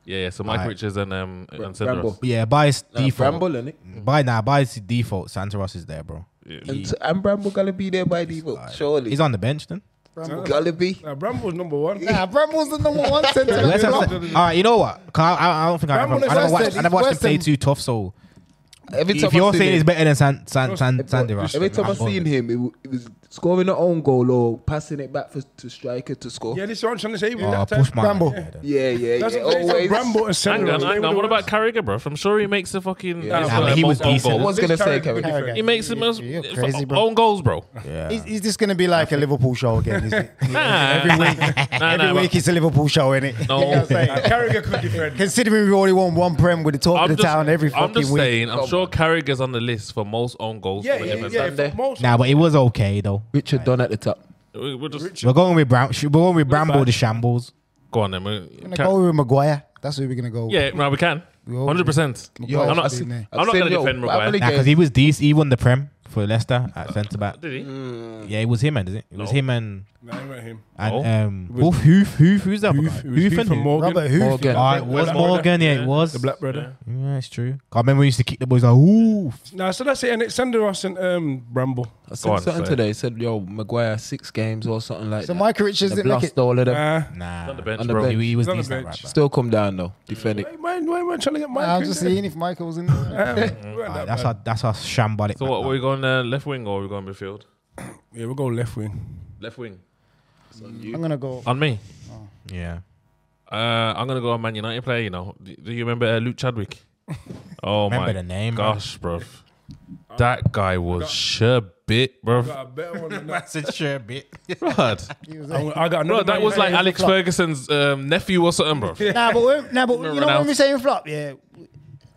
Speaker 2: Yeah, yeah. So Michael
Speaker 1: Alright.
Speaker 2: Richards and um and
Speaker 4: Bramble.
Speaker 2: Cedros.
Speaker 1: Yeah, by his
Speaker 4: Nah,
Speaker 1: default.
Speaker 4: Bramble, innit?
Speaker 1: By now, by his default, Santos is there, bro.
Speaker 4: And, and Bramble gonna be there by default. Surely.
Speaker 1: He's on the bench then.
Speaker 4: gonna be.
Speaker 5: Nah, Bramble's number one.
Speaker 3: Nah, Bramble's the number one centre back.
Speaker 1: Where's All right, you know what? 'Cause I, I, I don't think I ever, I
Speaker 3: Bramble is
Speaker 1: never watched,
Speaker 3: Western.
Speaker 1: I never watched him play
Speaker 3: Western.
Speaker 1: too tough. So
Speaker 4: Every time
Speaker 1: if you're
Speaker 4: I've seen
Speaker 1: saying
Speaker 4: him-
Speaker 1: he's better than San, San, San,
Speaker 4: Every-
Speaker 1: Sanderas,
Speaker 4: Every time
Speaker 1: I'm
Speaker 4: I've
Speaker 1: going
Speaker 4: seen
Speaker 1: with
Speaker 4: him, it, w- it was scoring an own goal or passing it back for, to striker to score.
Speaker 5: Yeah,
Speaker 4: Yeah,
Speaker 5: this is what I'm trying to say. with
Speaker 1: it. Oh,
Speaker 5: that
Speaker 1: push
Speaker 5: time.
Speaker 1: my
Speaker 3: Bramble.
Speaker 1: Yeah, then.
Speaker 4: yeah, yeah.
Speaker 5: That's what I'm saying.
Speaker 4: Always.
Speaker 5: Bramble and
Speaker 2: Hang
Speaker 5: Senderos.
Speaker 2: on, hang on. What about Carragher, bro? I'm sure he makes the fucking.
Speaker 5: Yeah.
Speaker 2: he's
Speaker 5: Nah,
Speaker 2: got
Speaker 1: but
Speaker 2: a
Speaker 1: he was
Speaker 2: multiple
Speaker 1: decent.
Speaker 2: goal.
Speaker 4: I was gonna say, Kevin.
Speaker 3: Carragher.
Speaker 2: He makes the most
Speaker 3: You're crazy, bro.
Speaker 2: own goals, bro.
Speaker 1: Yeah.
Speaker 3: Is, is this going to be like a Liverpool show again? Is it?
Speaker 2: Nah,
Speaker 3: Every week,
Speaker 2: nah,
Speaker 3: every
Speaker 2: nah,
Speaker 3: week
Speaker 2: but
Speaker 3: it's a Liverpool show, innit? You
Speaker 2: No.
Speaker 3: know what I'm saying?
Speaker 5: Carragher could defend.
Speaker 3: Considering we already won one Prem with the talk
Speaker 2: I'm
Speaker 3: of the
Speaker 2: just-
Speaker 3: town every
Speaker 2: I'm
Speaker 3: fucking
Speaker 2: just
Speaker 3: week.
Speaker 2: saying, I'm sure Carragher's on the list for most own goals.
Speaker 5: Yeah,
Speaker 2: for
Speaker 5: yeah,
Speaker 2: Everton.
Speaker 5: yeah.
Speaker 4: Sunday.
Speaker 5: for Most
Speaker 1: Nah, but it was okay though.
Speaker 4: Richard Dunn at the top.
Speaker 2: We- We'll just
Speaker 1: We're going with Bram. We're going with Bramble
Speaker 5: bad.
Speaker 1: the shambles.
Speaker 2: go on then. we- Car-
Speaker 3: We're going to go with Maguire. That's who we're going to go with.
Speaker 2: Yeah, no, we can.
Speaker 3: all-
Speaker 2: Hundred percent.
Speaker 3: Maguire
Speaker 4: Yo,
Speaker 2: I'm not.
Speaker 3: should be in there.
Speaker 2: I'm not gonna defend Maguire.
Speaker 1: Nah, because he was decent. He won the prem for Leicester at centre back.
Speaker 2: Did he?
Speaker 1: Yeah, it was him and is it? It was
Speaker 2: No.
Speaker 1: him and
Speaker 5: Nah, it weren't him.
Speaker 1: and
Speaker 2: No.
Speaker 1: um Wolf Hoof Hoof who's that?
Speaker 5: Hoof, it was Hoof and Morgan.
Speaker 3: Robert Hoof.
Speaker 4: Morgan.
Speaker 1: All right,
Speaker 2: Where's
Speaker 1: Wes Morgan. Yeah,
Speaker 2: Yeah.
Speaker 1: it was.
Speaker 5: The black brother.
Speaker 1: Yeah, it's true. 'Cause I remember we used to kick the boys like ooh.
Speaker 5: Nah, so that's it. And it's Senderos and um, Bramble.
Speaker 4: I
Speaker 2: Go
Speaker 4: said
Speaker 2: on,
Speaker 4: something
Speaker 2: say.
Speaker 4: today. He said, yo, Maguire, six games or something like
Speaker 3: So
Speaker 4: that.
Speaker 3: Michael Richards
Speaker 4: They
Speaker 3: didn't make
Speaker 4: lost
Speaker 3: it.
Speaker 4: all of them.
Speaker 5: Nah.
Speaker 1: Nah,
Speaker 2: On the bench,
Speaker 4: On the
Speaker 2: bro.
Speaker 1: He, he was
Speaker 5: He's on the
Speaker 1: decent.
Speaker 5: bench.
Speaker 1: Right back.
Speaker 4: Still come down, though. Defend it.
Speaker 5: Why, why, why am I trying to get my? Um,
Speaker 3: Nah, I'm just seeing if Michael was in there.
Speaker 1: All right, that's our that's our shambolic.
Speaker 2: So what? Are we going uh, left wing or are we going midfield?
Speaker 5: Yeah, we'll go left wing.
Speaker 2: Left wing
Speaker 3: I'm going to go.
Speaker 2: on me.
Speaker 1: yeah,
Speaker 2: Uh, I'm gonna go on Man United player. You know, do, do you remember uh, Luke Chadwick? Oh
Speaker 1: Remember
Speaker 2: my
Speaker 1: the name, man.
Speaker 2: gosh, bruv. That guy was sherbet, bruv.
Speaker 5: Got a better one than that.
Speaker 1: Said sure bit.
Speaker 2: Bruv.
Speaker 5: I got another.
Speaker 2: Bro, that
Speaker 5: Man
Speaker 2: was like
Speaker 5: United.
Speaker 2: Alex Ferguson's um, nephew or something, bruv.
Speaker 3: nah, but we're, nah, but
Speaker 2: Remember
Speaker 3: you know when
Speaker 2: Ronaldo?
Speaker 3: we're saying flop, yeah,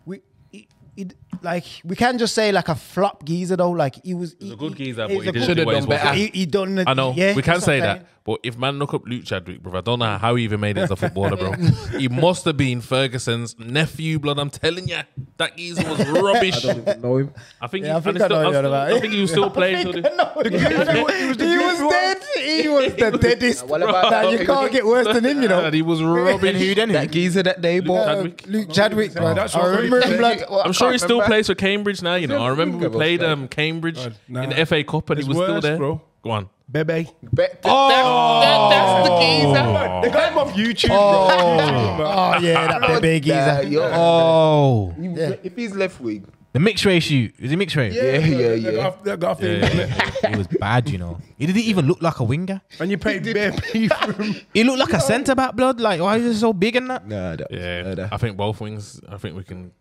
Speaker 3: we, it, it, like we can't just say like a flop geezer though. Like he was, he,
Speaker 2: a good
Speaker 3: he-
Speaker 2: geezer,
Speaker 3: he's
Speaker 2: but he
Speaker 3: a
Speaker 2: didn't
Speaker 3: good-
Speaker 2: do what he was
Speaker 4: Should've done
Speaker 2: supposed to.
Speaker 3: He, he done. the-
Speaker 2: I know
Speaker 3: Yeah,
Speaker 2: we can
Speaker 3: that's
Speaker 2: say
Speaker 3: what I'm
Speaker 2: that, but if man look up Luke Chadwick, bro, I don't know how he even made it as a footballer, bro. he must have been Ferguson's nephew, blood. I'm telling you, that geezer was rubbish. I,
Speaker 4: don't even know him.
Speaker 2: think,
Speaker 3: Yeah,
Speaker 2: he,
Speaker 3: I think
Speaker 2: and
Speaker 3: I know
Speaker 2: still-
Speaker 3: what you're
Speaker 2: still-
Speaker 3: about.
Speaker 2: I think he was still playing. till the-
Speaker 3: saying. He was dead. He was the deadest.
Speaker 4: What about-
Speaker 3: Nah, you can't get worse than him, you know.
Speaker 2: And he was rubbish.
Speaker 1: who then?
Speaker 4: That geezer that day,
Speaker 2: Luke
Speaker 4: boy.
Speaker 2: Chadwick.
Speaker 3: Luke Chadwick, bro.
Speaker 5: That's
Speaker 3: I
Speaker 5: what-
Speaker 3: remember him, blood.
Speaker 2: I'm sure he still plays for Cambridge now. You know, I remember we played um, Cambridge
Speaker 5: nah.
Speaker 2: in the FA Cup, and he
Speaker 5: It's
Speaker 2: was still
Speaker 5: worse,
Speaker 2: there.
Speaker 5: bro.
Speaker 2: Go on.
Speaker 5: Bebe.
Speaker 4: that's the geezer.
Speaker 5: They got him off YouTube, bro.
Speaker 3: Oh yeah, that big
Speaker 4: Nah,
Speaker 3: geezer.
Speaker 4: yo,
Speaker 1: Oh,
Speaker 4: he- If he's left wing,
Speaker 1: the mixed race shoot. Is it mixed race?
Speaker 4: yeah, yeah,
Speaker 5: They got
Speaker 4: yeah.
Speaker 5: off- They got off
Speaker 2: Yeah,
Speaker 5: the
Speaker 1: Yeah, He was bad, you know. He didn't even look like a winger.
Speaker 5: And you paid Bebe for him.
Speaker 1: He looked like a centre back, blood. Like, why is he so big and that?
Speaker 4: Nah, that was- nah,
Speaker 2: Yeah,
Speaker 4: that-
Speaker 2: I think both wings. I think we can.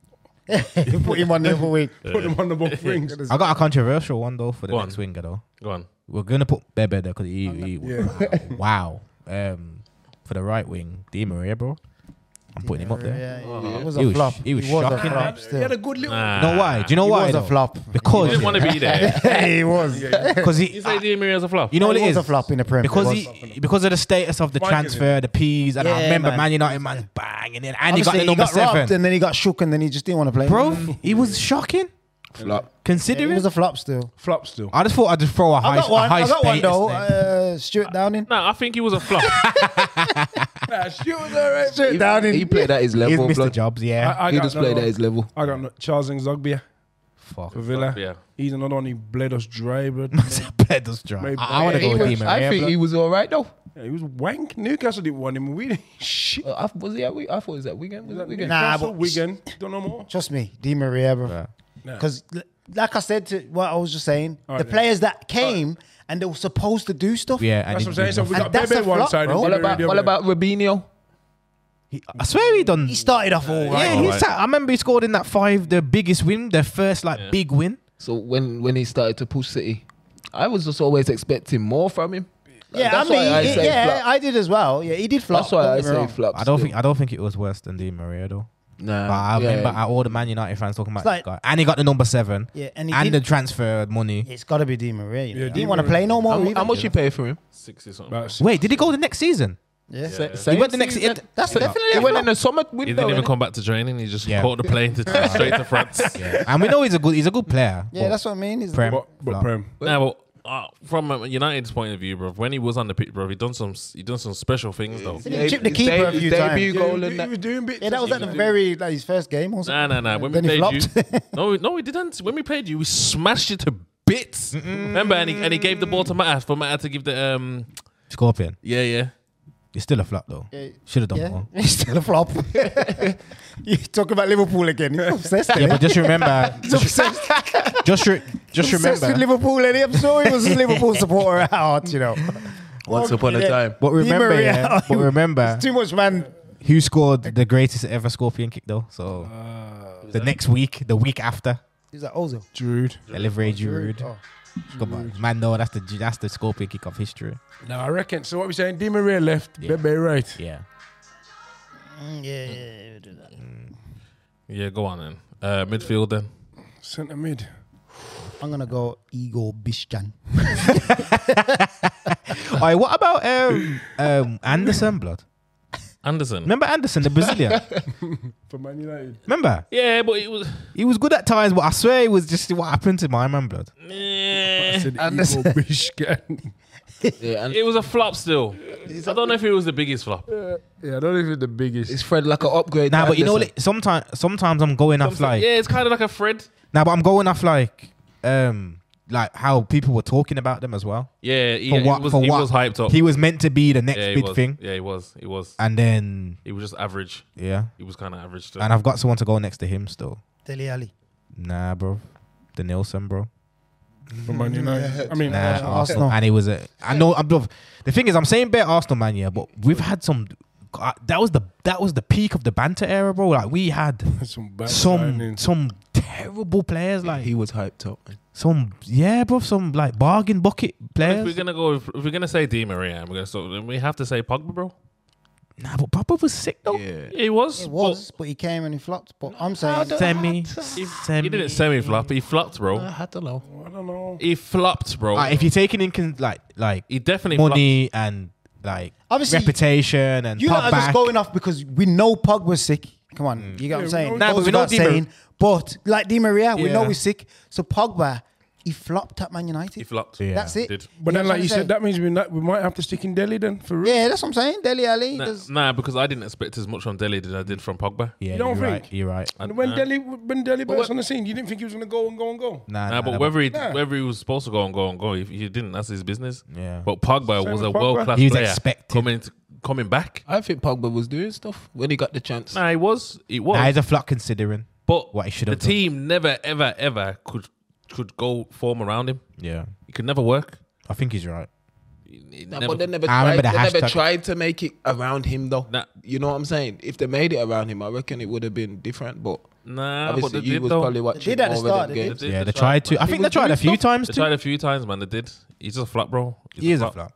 Speaker 3: You put him on the other wing.
Speaker 5: Put him on the both rings.
Speaker 1: I got a controversial one though for the
Speaker 2: Go
Speaker 1: next
Speaker 2: on.
Speaker 1: winger though.
Speaker 2: Go on.
Speaker 1: We're gonna put Bebe there because he, he wow. Um, for the right wing, Di Maria, bro. I'm putting him up there.
Speaker 3: Yeah, yeah, yeah. It was
Speaker 1: He
Speaker 3: a
Speaker 1: was-
Speaker 3: flop.
Speaker 1: he was
Speaker 3: a
Speaker 1: shocking,
Speaker 3: flop
Speaker 1: man.
Speaker 3: still.
Speaker 5: He had a good little.
Speaker 2: Nah.
Speaker 1: No, why? Do you know
Speaker 3: He
Speaker 1: why?
Speaker 3: was a
Speaker 1: though?
Speaker 3: flop.
Speaker 2: He
Speaker 1: Because
Speaker 2: didn't want to be there.
Speaker 3: Hey, he was.
Speaker 1: because he,
Speaker 2: You say Diemir as a flop.
Speaker 1: you know what
Speaker 3: he
Speaker 1: it
Speaker 3: was
Speaker 1: is
Speaker 3: a flop in the Premier.
Speaker 1: because
Speaker 3: He was.
Speaker 1: he because of the status of the
Speaker 5: Why is it?
Speaker 1: transfer, the P's, and I
Speaker 3: Yeah,
Speaker 1: remember
Speaker 3: man.
Speaker 1: Man, United man bang and then and
Speaker 3: Obviously,
Speaker 1: he got the number
Speaker 3: robbed
Speaker 1: seven,
Speaker 3: and then he got shook and then he just didn't want to play.
Speaker 1: bro. He was shocking
Speaker 4: flop.
Speaker 3: He
Speaker 1: considering.
Speaker 3: was a flop still.
Speaker 5: Flop still.
Speaker 1: I just thought I'd just throw a
Speaker 3: I
Speaker 1: high,
Speaker 3: got one.
Speaker 1: a high
Speaker 3: I got one
Speaker 1: status
Speaker 3: though.
Speaker 1: name.
Speaker 3: Uh, Stuart Downing.
Speaker 2: No, I think he was a flop.
Speaker 5: Nah, she was all right.
Speaker 3: Stuart Downing.
Speaker 4: He played at his
Speaker 1: He's
Speaker 4: level.
Speaker 1: Mr.
Speaker 4: blood.
Speaker 1: Jobs, yeah.
Speaker 5: I, I
Speaker 4: He
Speaker 5: got
Speaker 4: just played
Speaker 5: another
Speaker 4: at his level.
Speaker 5: one. I got no- Charles Nzogbia
Speaker 1: Fuck.
Speaker 5: for Villa.
Speaker 2: yeah.
Speaker 5: He's another one. He bled us dry, bro.
Speaker 1: Bed us dry.
Speaker 5: Maybe-
Speaker 1: I, want to
Speaker 4: He
Speaker 1: go with
Speaker 4: was-
Speaker 1: Di Maria.
Speaker 4: I think
Speaker 1: bro.
Speaker 4: he was all right though.
Speaker 5: Yeah, he was wank. Newcastle didn't want him. We didn't. Shit.
Speaker 4: Uh, I, was he at? Wi- I thought he was at Wigan. Was that Wigan?
Speaker 3: Nah,
Speaker 5: Newcastle,
Speaker 3: but-
Speaker 5: Wigan. Don't know more.
Speaker 3: Trust me, Di Maria, bro.
Speaker 5: Nah.
Speaker 3: Because, like I said to what I was just saying,
Speaker 5: All right,
Speaker 3: the
Speaker 5: then.
Speaker 3: players that came and they were supposed to do stuff.
Speaker 1: Yeah,
Speaker 5: That's
Speaker 1: and
Speaker 5: what I'm
Speaker 1: he-
Speaker 5: saying. So we
Speaker 3: And
Speaker 5: got
Speaker 3: that's
Speaker 5: Bebe
Speaker 3: a
Speaker 5: one
Speaker 3: flop,
Speaker 5: side.
Speaker 3: bro.
Speaker 5: and
Speaker 4: What
Speaker 5: Diemir
Speaker 4: about
Speaker 5: the
Speaker 4: what
Speaker 5: other.
Speaker 4: about Robinho?
Speaker 1: he- I swear he done.
Speaker 3: He started off all right.
Speaker 1: yeah, he
Speaker 2: Alright.
Speaker 1: sat. I remember he scored in that five, the biggest win, their first like big win.
Speaker 4: So when when he started to push City, I was just always expecting more from him. Like,
Speaker 3: Yeah, I
Speaker 4: that's
Speaker 3: mean,
Speaker 4: why I
Speaker 3: he-
Speaker 4: say
Speaker 3: yeah,
Speaker 4: flop.
Speaker 3: I did as well. Yeah, he did flop.
Speaker 4: That's why
Speaker 3: don't
Speaker 4: I
Speaker 3: get me
Speaker 4: say
Speaker 3: wrong.
Speaker 4: flop.
Speaker 1: I don't
Speaker 4: still.
Speaker 1: think I don't think it was worse than Di Maria though.
Speaker 4: Nah,
Speaker 1: But I
Speaker 4: yeah,
Speaker 1: remember
Speaker 4: yeah.
Speaker 1: all the Man United fans talking about
Speaker 3: It's like-
Speaker 1: this guy, and he got the number seven,
Speaker 3: Yeah, and he
Speaker 1: and the
Speaker 3: did,
Speaker 1: transfer money.
Speaker 3: it's got to be Di Maria. You know?
Speaker 5: Yeah,
Speaker 3: he
Speaker 5: Di
Speaker 3: didn't want to
Speaker 5: Maria.
Speaker 3: play no more.
Speaker 4: How, mu-
Speaker 3: either.
Speaker 4: how much you pay for him?
Speaker 2: Six or something.
Speaker 5: About
Speaker 1: Wait, did he go the next season?
Speaker 3: Yeah.
Speaker 4: Sa-
Speaker 1: He
Speaker 4: same
Speaker 1: went the next.
Speaker 4: season.
Speaker 1: it-
Speaker 3: That's definitely
Speaker 4: He
Speaker 3: a
Speaker 4: went
Speaker 3: flop.
Speaker 4: in the summer window.
Speaker 2: He didn't even
Speaker 4: innit?
Speaker 2: come back to training. He just
Speaker 1: Yeah.
Speaker 2: caught the plane to straight to France.
Speaker 1: and we know he's a good. He's a good player.
Speaker 3: Yeah, that's what I mean. He's
Speaker 1: Prem.
Speaker 5: But, but
Speaker 1: Flop.
Speaker 5: Prem.
Speaker 2: Now, but, uh, from uh, United's point of view, bro, when he was on the pitch, bro, he done some he done some special things though.
Speaker 3: Didn't he chip the keeper a
Speaker 4: his
Speaker 3: few
Speaker 4: debut
Speaker 3: times?
Speaker 5: Yeah,
Speaker 4: goal
Speaker 5: he,
Speaker 4: and
Speaker 5: he was
Speaker 4: that.
Speaker 5: doing bits.
Speaker 3: Yeah, that was at the very like his first game. Also.
Speaker 2: Nah, nah, nah. When we
Speaker 3: Then he
Speaker 2: played you, no, no, we didn't. When we played you, we smashed you to bits. Remember, and he, and he gave the ball to Matt for Matt to give the um,
Speaker 1: Scorpion.
Speaker 2: yeah, yeah.
Speaker 1: He's still a flop though.
Speaker 3: Yeah.
Speaker 1: Should have done
Speaker 3: Yeah,
Speaker 1: more.
Speaker 3: he's still a flop. you talk about Liverpool again. He's obsessed.
Speaker 1: Yeah,
Speaker 3: Yeah,
Speaker 1: but just remember,
Speaker 3: he's obsessed,
Speaker 1: just re- just
Speaker 3: obsessed with
Speaker 1: remember.
Speaker 3: Liverpool. And I'm sure he was a Liverpool supporter at heart. You know,
Speaker 4: Once upon a
Speaker 3: Yeah.
Speaker 4: time.
Speaker 1: But remember,
Speaker 3: Maria.
Speaker 1: yeah, but remember,
Speaker 3: too much man.
Speaker 1: who scored the greatest ever scorpion kick though? So
Speaker 5: Uh,
Speaker 1: the next week, the week after,
Speaker 3: He's like Ozil.
Speaker 5: Drude.
Speaker 1: Olivier Giroud.
Speaker 3: Oh.
Speaker 1: Come on, man. No, that's the that's the scorpion kick of history.
Speaker 5: No, I reckon. So what we saying? Di Maria left,
Speaker 1: Yeah.
Speaker 5: Bebe right.
Speaker 1: Yeah.
Speaker 3: Mm, Yeah, yeah, yeah, we'll do that.
Speaker 2: Yeah, go on then. Uh, midfield then.
Speaker 5: Centre mid.
Speaker 3: I'm gonna go Igor Bishjan.
Speaker 1: All right. What about um um Anderson blood?
Speaker 2: Anderson.
Speaker 1: Remember Anderson, the Brazilian.
Speaker 5: For Man United.
Speaker 1: Remember
Speaker 2: Yeah, but it was.
Speaker 1: he was good at times, but I swear it was just what happened to my man blood.
Speaker 5: I said
Speaker 4: Anderson.
Speaker 5: Igor Bishkan.
Speaker 4: Yeah, and
Speaker 2: It was a flop still. I don't know if it was the biggest flop.
Speaker 5: yeah, I don't even the biggest.
Speaker 4: it's Fred like an upgrade.
Speaker 1: Nah,
Speaker 4: to
Speaker 1: but you know
Speaker 4: Anderson.
Speaker 1: what? Sometimes sometimes I'm going off like
Speaker 2: yeah, it's kind of like a Fred.
Speaker 1: now, but I'm going off like um like how people were talking about them as well.
Speaker 2: Yeah, he,
Speaker 1: For
Speaker 2: he
Speaker 1: what?
Speaker 2: was,
Speaker 1: for
Speaker 2: he
Speaker 1: what?
Speaker 2: was hyped up.
Speaker 1: He was meant to be the next
Speaker 2: yeah, he
Speaker 1: big
Speaker 2: was.
Speaker 1: thing,
Speaker 2: Yeah, he was. He was.
Speaker 1: and then
Speaker 2: He was just average.
Speaker 1: yeah,
Speaker 2: He was kind of average still.
Speaker 1: and I've got someone to go next to him still.
Speaker 3: Deli Ali.
Speaker 1: Nah, bro, the Nielsen, bro.
Speaker 5: For Man United. I mean,
Speaker 1: Nah,
Speaker 5: Arsenal.
Speaker 1: Arsenal.
Speaker 3: Arsenal.
Speaker 1: And he was a. I know. I'm, the thing is, I'm saying better Arsenal man, yeah, but we've had some uh, that was the that was the peak of the banter era, bro. Like we had
Speaker 5: Some bad
Speaker 1: some
Speaker 5: signings.
Speaker 1: some terrible players, like
Speaker 4: he was hyped up. man.
Speaker 1: some yeah, bro, some like bargain bucket
Speaker 2: If we're
Speaker 1: players.
Speaker 2: gonna go, if we're gonna say Di Maria, and we're gonna so then we have to say Pogba, bro.
Speaker 1: Nah, but Papa was sick though.
Speaker 4: Yeah.
Speaker 2: He was.
Speaker 3: It was, but he came and he flopped. But I'm saying
Speaker 1: Semi,
Speaker 2: but
Speaker 1: semi.
Speaker 2: He didn't semi flop. He flopped,
Speaker 4: I
Speaker 2: bro.
Speaker 4: had to know.
Speaker 5: I don't know.
Speaker 2: He flopped, bro.
Speaker 1: Like, Uh. Ah, if you're taking in con- like like
Speaker 2: he definitely
Speaker 1: money and like
Speaker 3: Obviously,
Speaker 1: reputation and
Speaker 3: you
Speaker 1: pop
Speaker 3: lot are just
Speaker 1: back.
Speaker 3: going off because we know Pog was sick. Come on,
Speaker 1: Mm.
Speaker 3: you get what I'm
Speaker 5: Yeah, we know-
Speaker 3: saying.
Speaker 5: Nah,
Speaker 3: Goes
Speaker 1: but we know
Speaker 3: without
Speaker 1: Di Mar-
Speaker 3: saying, but like Di Maria, we know
Speaker 1: Yeah.
Speaker 3: he's sick. So Pogba, he flopped at Man United.
Speaker 2: He flopped.
Speaker 1: Yeah.
Speaker 3: That's it.
Speaker 2: Did.
Speaker 5: But
Speaker 3: know
Speaker 5: then,
Speaker 3: what
Speaker 5: like
Speaker 3: I'm
Speaker 5: you
Speaker 3: saying?
Speaker 5: said, that means we, not, we might have to stick in Delhi then for real.
Speaker 3: yeah, that's what I'm saying. Deli Ali.
Speaker 2: Nah,
Speaker 3: does-
Speaker 2: nah, because I didn't expect as much from Delhi than I did from Pogba.
Speaker 1: Yeah,
Speaker 5: You
Speaker 1: you
Speaker 5: don't
Speaker 1: are
Speaker 5: think?
Speaker 1: right. You're right.
Speaker 2: I-
Speaker 5: And when
Speaker 2: nah.
Speaker 5: Delhi, when Delhi burst
Speaker 2: what-
Speaker 5: on the scene, you didn't think he was gonna go and go and go.
Speaker 1: Nah,
Speaker 2: Nah,
Speaker 1: nah,
Speaker 2: but
Speaker 1: that-
Speaker 2: whether he
Speaker 5: Nah.
Speaker 2: whether he was supposed to go and go and go, if he didn't, that's his business.
Speaker 1: Yeah.
Speaker 2: But Pogba
Speaker 5: Same
Speaker 2: was
Speaker 5: with
Speaker 2: a
Speaker 5: Pogba.
Speaker 2: world class
Speaker 1: He was
Speaker 2: player.
Speaker 1: expected.
Speaker 2: coming to, coming back.
Speaker 4: I think Pogba was doing stuff when he got the chance.
Speaker 2: Nah, he was. He was.
Speaker 1: nah, he's a flop considering.
Speaker 2: but
Speaker 1: what he should
Speaker 2: the
Speaker 1: have done.
Speaker 2: team never, ever, ever could could go form around him.
Speaker 1: Yeah,
Speaker 2: It could never work.
Speaker 1: I think he's right.
Speaker 2: It- it
Speaker 4: Nah,
Speaker 2: never-
Speaker 4: but they never,
Speaker 1: I
Speaker 4: tried,
Speaker 1: remember the
Speaker 4: they never
Speaker 1: hashtag.
Speaker 4: tried to make it around him though.
Speaker 2: Nah.
Speaker 4: You know what I'm saying? If they made it around him, I reckon it would have been different. But
Speaker 2: nah, but
Speaker 4: obviously,
Speaker 2: they
Speaker 4: you
Speaker 2: did
Speaker 4: was
Speaker 2: though.
Speaker 4: probably watching
Speaker 3: did at the
Speaker 4: more
Speaker 3: start,
Speaker 4: of them
Speaker 3: they did.
Speaker 4: games.
Speaker 2: They
Speaker 1: yeah,
Speaker 2: did,
Speaker 1: they tried to. I
Speaker 2: man.
Speaker 1: think they tried a few times
Speaker 2: They
Speaker 1: too.
Speaker 2: tried a few times, man. They did. He's just a flop, bro. He's
Speaker 1: He is
Speaker 2: a
Speaker 1: a
Speaker 2: flop.
Speaker 1: flop.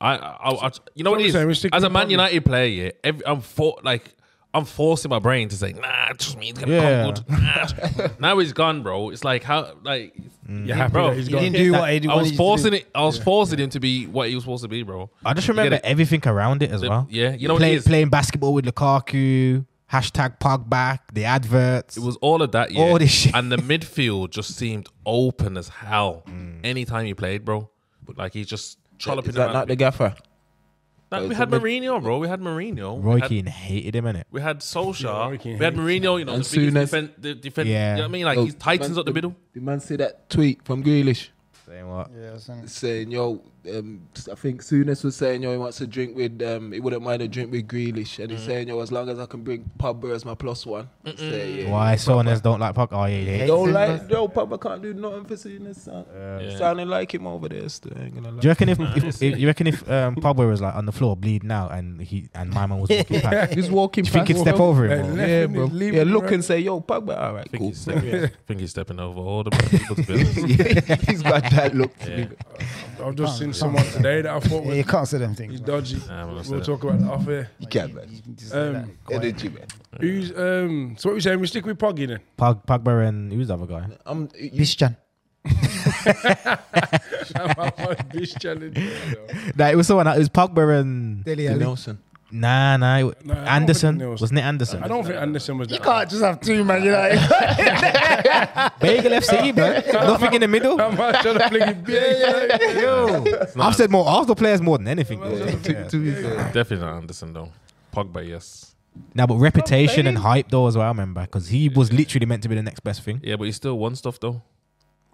Speaker 2: I, I, I you know
Speaker 5: So
Speaker 2: what it
Speaker 5: I'm saying we
Speaker 2: is.
Speaker 5: stick
Speaker 2: As a
Speaker 5: with
Speaker 2: Man
Speaker 5: Pogba.
Speaker 2: United player, yeah, every, I'm for like I'm forcing my brain to say, nah, trust me, he's gonna
Speaker 1: Yeah.
Speaker 2: come good. Nah. now he's gone, bro. It's like how like
Speaker 5: You're happy
Speaker 2: bro,
Speaker 5: that he's
Speaker 2: he
Speaker 5: gone.
Speaker 3: didn't do what he
Speaker 2: I
Speaker 3: wanted
Speaker 2: was
Speaker 3: to
Speaker 2: forcing
Speaker 3: do.
Speaker 2: it. I was forcing him to be what he was supposed to be, bro.
Speaker 1: I just remember
Speaker 2: get it.
Speaker 1: everything around it as
Speaker 2: The-
Speaker 1: well.
Speaker 2: yeah, you know what it
Speaker 1: playing
Speaker 2: is?
Speaker 1: playing basketball with Lukaku, hashtag Pogba, the adverts.
Speaker 2: It was all of that, yeah.
Speaker 1: All this shit.
Speaker 2: And the midfield just seemed open as hell anytime he played, bro. But like he's just trolloping
Speaker 4: Is that not
Speaker 2: around.
Speaker 4: the gaffer?
Speaker 2: Nah, we
Speaker 4: is
Speaker 2: had
Speaker 4: that
Speaker 2: Mourinho, bro. We had Mourinho.
Speaker 1: Roy
Speaker 2: we had
Speaker 1: Keane hated him innit?
Speaker 2: We had
Speaker 5: Yeah,
Speaker 2: Solskjaer.
Speaker 5: Roy Keane
Speaker 2: we had
Speaker 5: hates
Speaker 2: Mourinho, you know,
Speaker 4: And
Speaker 2: the biggest
Speaker 4: Souness.
Speaker 2: defend, the defend,
Speaker 1: Yeah.
Speaker 2: you know what I mean? Like,
Speaker 4: Oh,
Speaker 2: he tightens
Speaker 4: man,
Speaker 2: up the middle.
Speaker 4: Did man see that tweet from Grealish
Speaker 1: Saying what?
Speaker 3: Yeah, that's it.
Speaker 4: saying, "Yo, um, I think Souness was saying, yo, he wants to drink with, um, he wouldn't mind a drink with Grealish,
Speaker 2: Mm.
Speaker 4: and he's saying, yo, as long as I can bring Pogba as my plus one." Say, yeah,
Speaker 1: Why Sonas don't like Pogba? Oh yeah, they hate.
Speaker 3: Yeah.
Speaker 1: him.
Speaker 4: Don't like, yo, Pogba can't do nothing for Souness. Son.
Speaker 2: Yeah.
Speaker 4: Sounding like him over there, still. Ain't gonna lie.
Speaker 1: Do you reckon if, if, if you reckon if um, Pogba was like on the floor bleeding out and he and my man was walking past, do
Speaker 4: He's walking
Speaker 1: you think he'd step over him?
Speaker 5: Well,
Speaker 1: or-
Speaker 4: Yeah,
Speaker 5: Left
Speaker 4: bro.
Speaker 5: him, leave
Speaker 4: Yeah,
Speaker 5: him,
Speaker 4: look
Speaker 5: right?
Speaker 4: and say, yo, Pogba, all right,
Speaker 2: I think,
Speaker 4: cool.
Speaker 2: he's stepping, I think he's stepping over all the people, to be honest.
Speaker 4: he's got that look.
Speaker 5: I've just seen someone today that I thought
Speaker 3: Yeah, you
Speaker 5: was
Speaker 3: can't say them things.
Speaker 5: he's
Speaker 3: man.
Speaker 5: dodgy.
Speaker 2: Nah, I'm not
Speaker 5: we'll
Speaker 2: saying
Speaker 5: talk about that off here.
Speaker 4: You can't, man.
Speaker 3: You can just say that.
Speaker 5: Um,
Speaker 4: Energy, man.
Speaker 5: who's um? So what you saying? We stick with Poggy then.
Speaker 1: Pog, Pogba and who's the other guy?
Speaker 4: I'm, you,
Speaker 3: Christian.
Speaker 5: this challenge.
Speaker 1: Nah, it was someone. It was Pogba and
Speaker 3: Deli
Speaker 4: you
Speaker 3: Ali.
Speaker 4: Nelson.
Speaker 1: nah, nah. it-
Speaker 5: Nah, I don't
Speaker 1: Anderson
Speaker 5: think it was-
Speaker 1: wasn't it Anderson?
Speaker 5: I don't think Anderson was.
Speaker 3: You
Speaker 5: that
Speaker 3: can't just have two Man United.
Speaker 1: Bagel FC, man. Nothing in the middle.
Speaker 5: I'm not trying to play it big.
Speaker 1: Yo, I've said more Arsenal players more than anything.
Speaker 4: To, to his, uh,
Speaker 2: Definitely not Anderson, though. Pogba, yes.
Speaker 1: Now, but reputation and hype though as well. I remember because he was literally meant to be the next best thing.
Speaker 2: Yeah, but he still won stuff, though.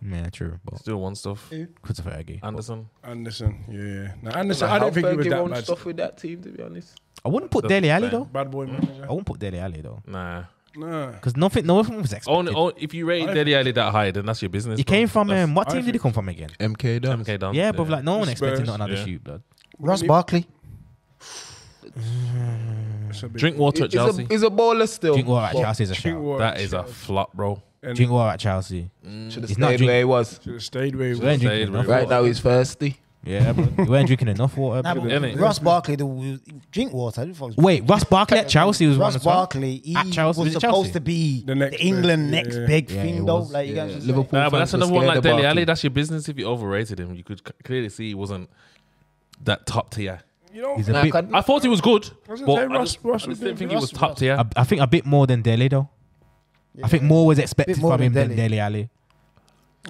Speaker 1: Yeah, true. But
Speaker 2: Still won stuff.
Speaker 1: Christopher Eggy.
Speaker 2: Anderson.
Speaker 5: Anderson, yeah. Now Anderson, I don't think he was that bad.
Speaker 4: stuff with that team, to be honest.
Speaker 1: I wouldn't put
Speaker 2: That's
Speaker 1: Dele Alli
Speaker 2: fair.
Speaker 1: though.
Speaker 5: Bad boy manager.
Speaker 1: I wouldn't put Dele Alli though
Speaker 2: Nah.
Speaker 5: Nah.
Speaker 1: because nothing, nothing was expected.
Speaker 2: Only, only, if you rate
Speaker 5: I-
Speaker 2: Dele Alli that high, then that's your business.
Speaker 1: he
Speaker 2: bro.
Speaker 1: came from
Speaker 2: That's-
Speaker 1: um, what
Speaker 5: I
Speaker 1: team did he
Speaker 5: think-
Speaker 1: come from again?
Speaker 4: MK Dons.
Speaker 2: MK Dons,
Speaker 1: Yeah, bro. Like no one expected
Speaker 5: Spurs,
Speaker 1: nothing out of
Speaker 2: yeah.
Speaker 1: the shoot, blood.
Speaker 3: Ross Barkley.
Speaker 5: It's a bit-
Speaker 2: Drink water at
Speaker 4: He's a,
Speaker 2: Chelsea.
Speaker 4: he's a baller still.
Speaker 1: Drink water at Chelsea is a
Speaker 5: Drink
Speaker 1: shout.
Speaker 5: water.
Speaker 2: That is a flop, bro.
Speaker 5: And
Speaker 1: Drink water at Chelsea.
Speaker 4: Should have
Speaker 1: He's not
Speaker 4: stayed
Speaker 1: drink-
Speaker 4: where he was.
Speaker 5: should have stayed where he
Speaker 1: You weren't
Speaker 5: was.
Speaker 2: Stayed
Speaker 1: drinking
Speaker 2: with
Speaker 1: enough.
Speaker 2: Right
Speaker 1: Right.
Speaker 4: Right now he's thirsty.
Speaker 1: Yeah, bro. you weren't drinking enough water.
Speaker 3: Nah,
Speaker 1: bro.
Speaker 3: but
Speaker 2: Innit?
Speaker 3: Ross Barkley, the, drink water. who the fuck's-
Speaker 1: Wait, Ross Barkley at Chelsea was one
Speaker 3: Ross
Speaker 1: as well.
Speaker 3: Barkley, he
Speaker 1: At Chelsea,
Speaker 3: was
Speaker 1: was it
Speaker 3: supposed
Speaker 1: Chelsea?
Speaker 3: to be
Speaker 5: The
Speaker 3: the,
Speaker 5: next big-
Speaker 3: England
Speaker 5: yeah,
Speaker 3: next
Speaker 5: yeah.
Speaker 3: big
Speaker 1: Yeah,
Speaker 3: thing,
Speaker 1: it
Speaker 3: though.
Speaker 1: was.
Speaker 3: Like you
Speaker 4: Yeah.
Speaker 3: guys just
Speaker 4: Liverpool.
Speaker 2: Nah, but
Speaker 4: fans
Speaker 2: that's
Speaker 4: were
Speaker 2: another one
Speaker 4: scared
Speaker 2: like
Speaker 4: of
Speaker 2: Dele
Speaker 4: Barkley.
Speaker 2: Alli. That's your business if you overrated him. You could c- clearly see he wasn't that top tier.
Speaker 5: You know,
Speaker 1: He's a
Speaker 4: Nah,
Speaker 1: bit.
Speaker 4: can-
Speaker 2: I thought he was good,
Speaker 5: was gonna
Speaker 2: but
Speaker 5: say
Speaker 2: I
Speaker 5: Ross-
Speaker 2: just,
Speaker 5: Ross
Speaker 2: I
Speaker 5: was
Speaker 2: just didn't
Speaker 5: doing-
Speaker 2: think he was
Speaker 5: Ross-
Speaker 2: top tier.
Speaker 1: I, I think a bit more than Dele though. I think more was expected
Speaker 3: Bit more
Speaker 1: from
Speaker 3: than
Speaker 1: him than
Speaker 3: Dele.
Speaker 1: Dele Alli.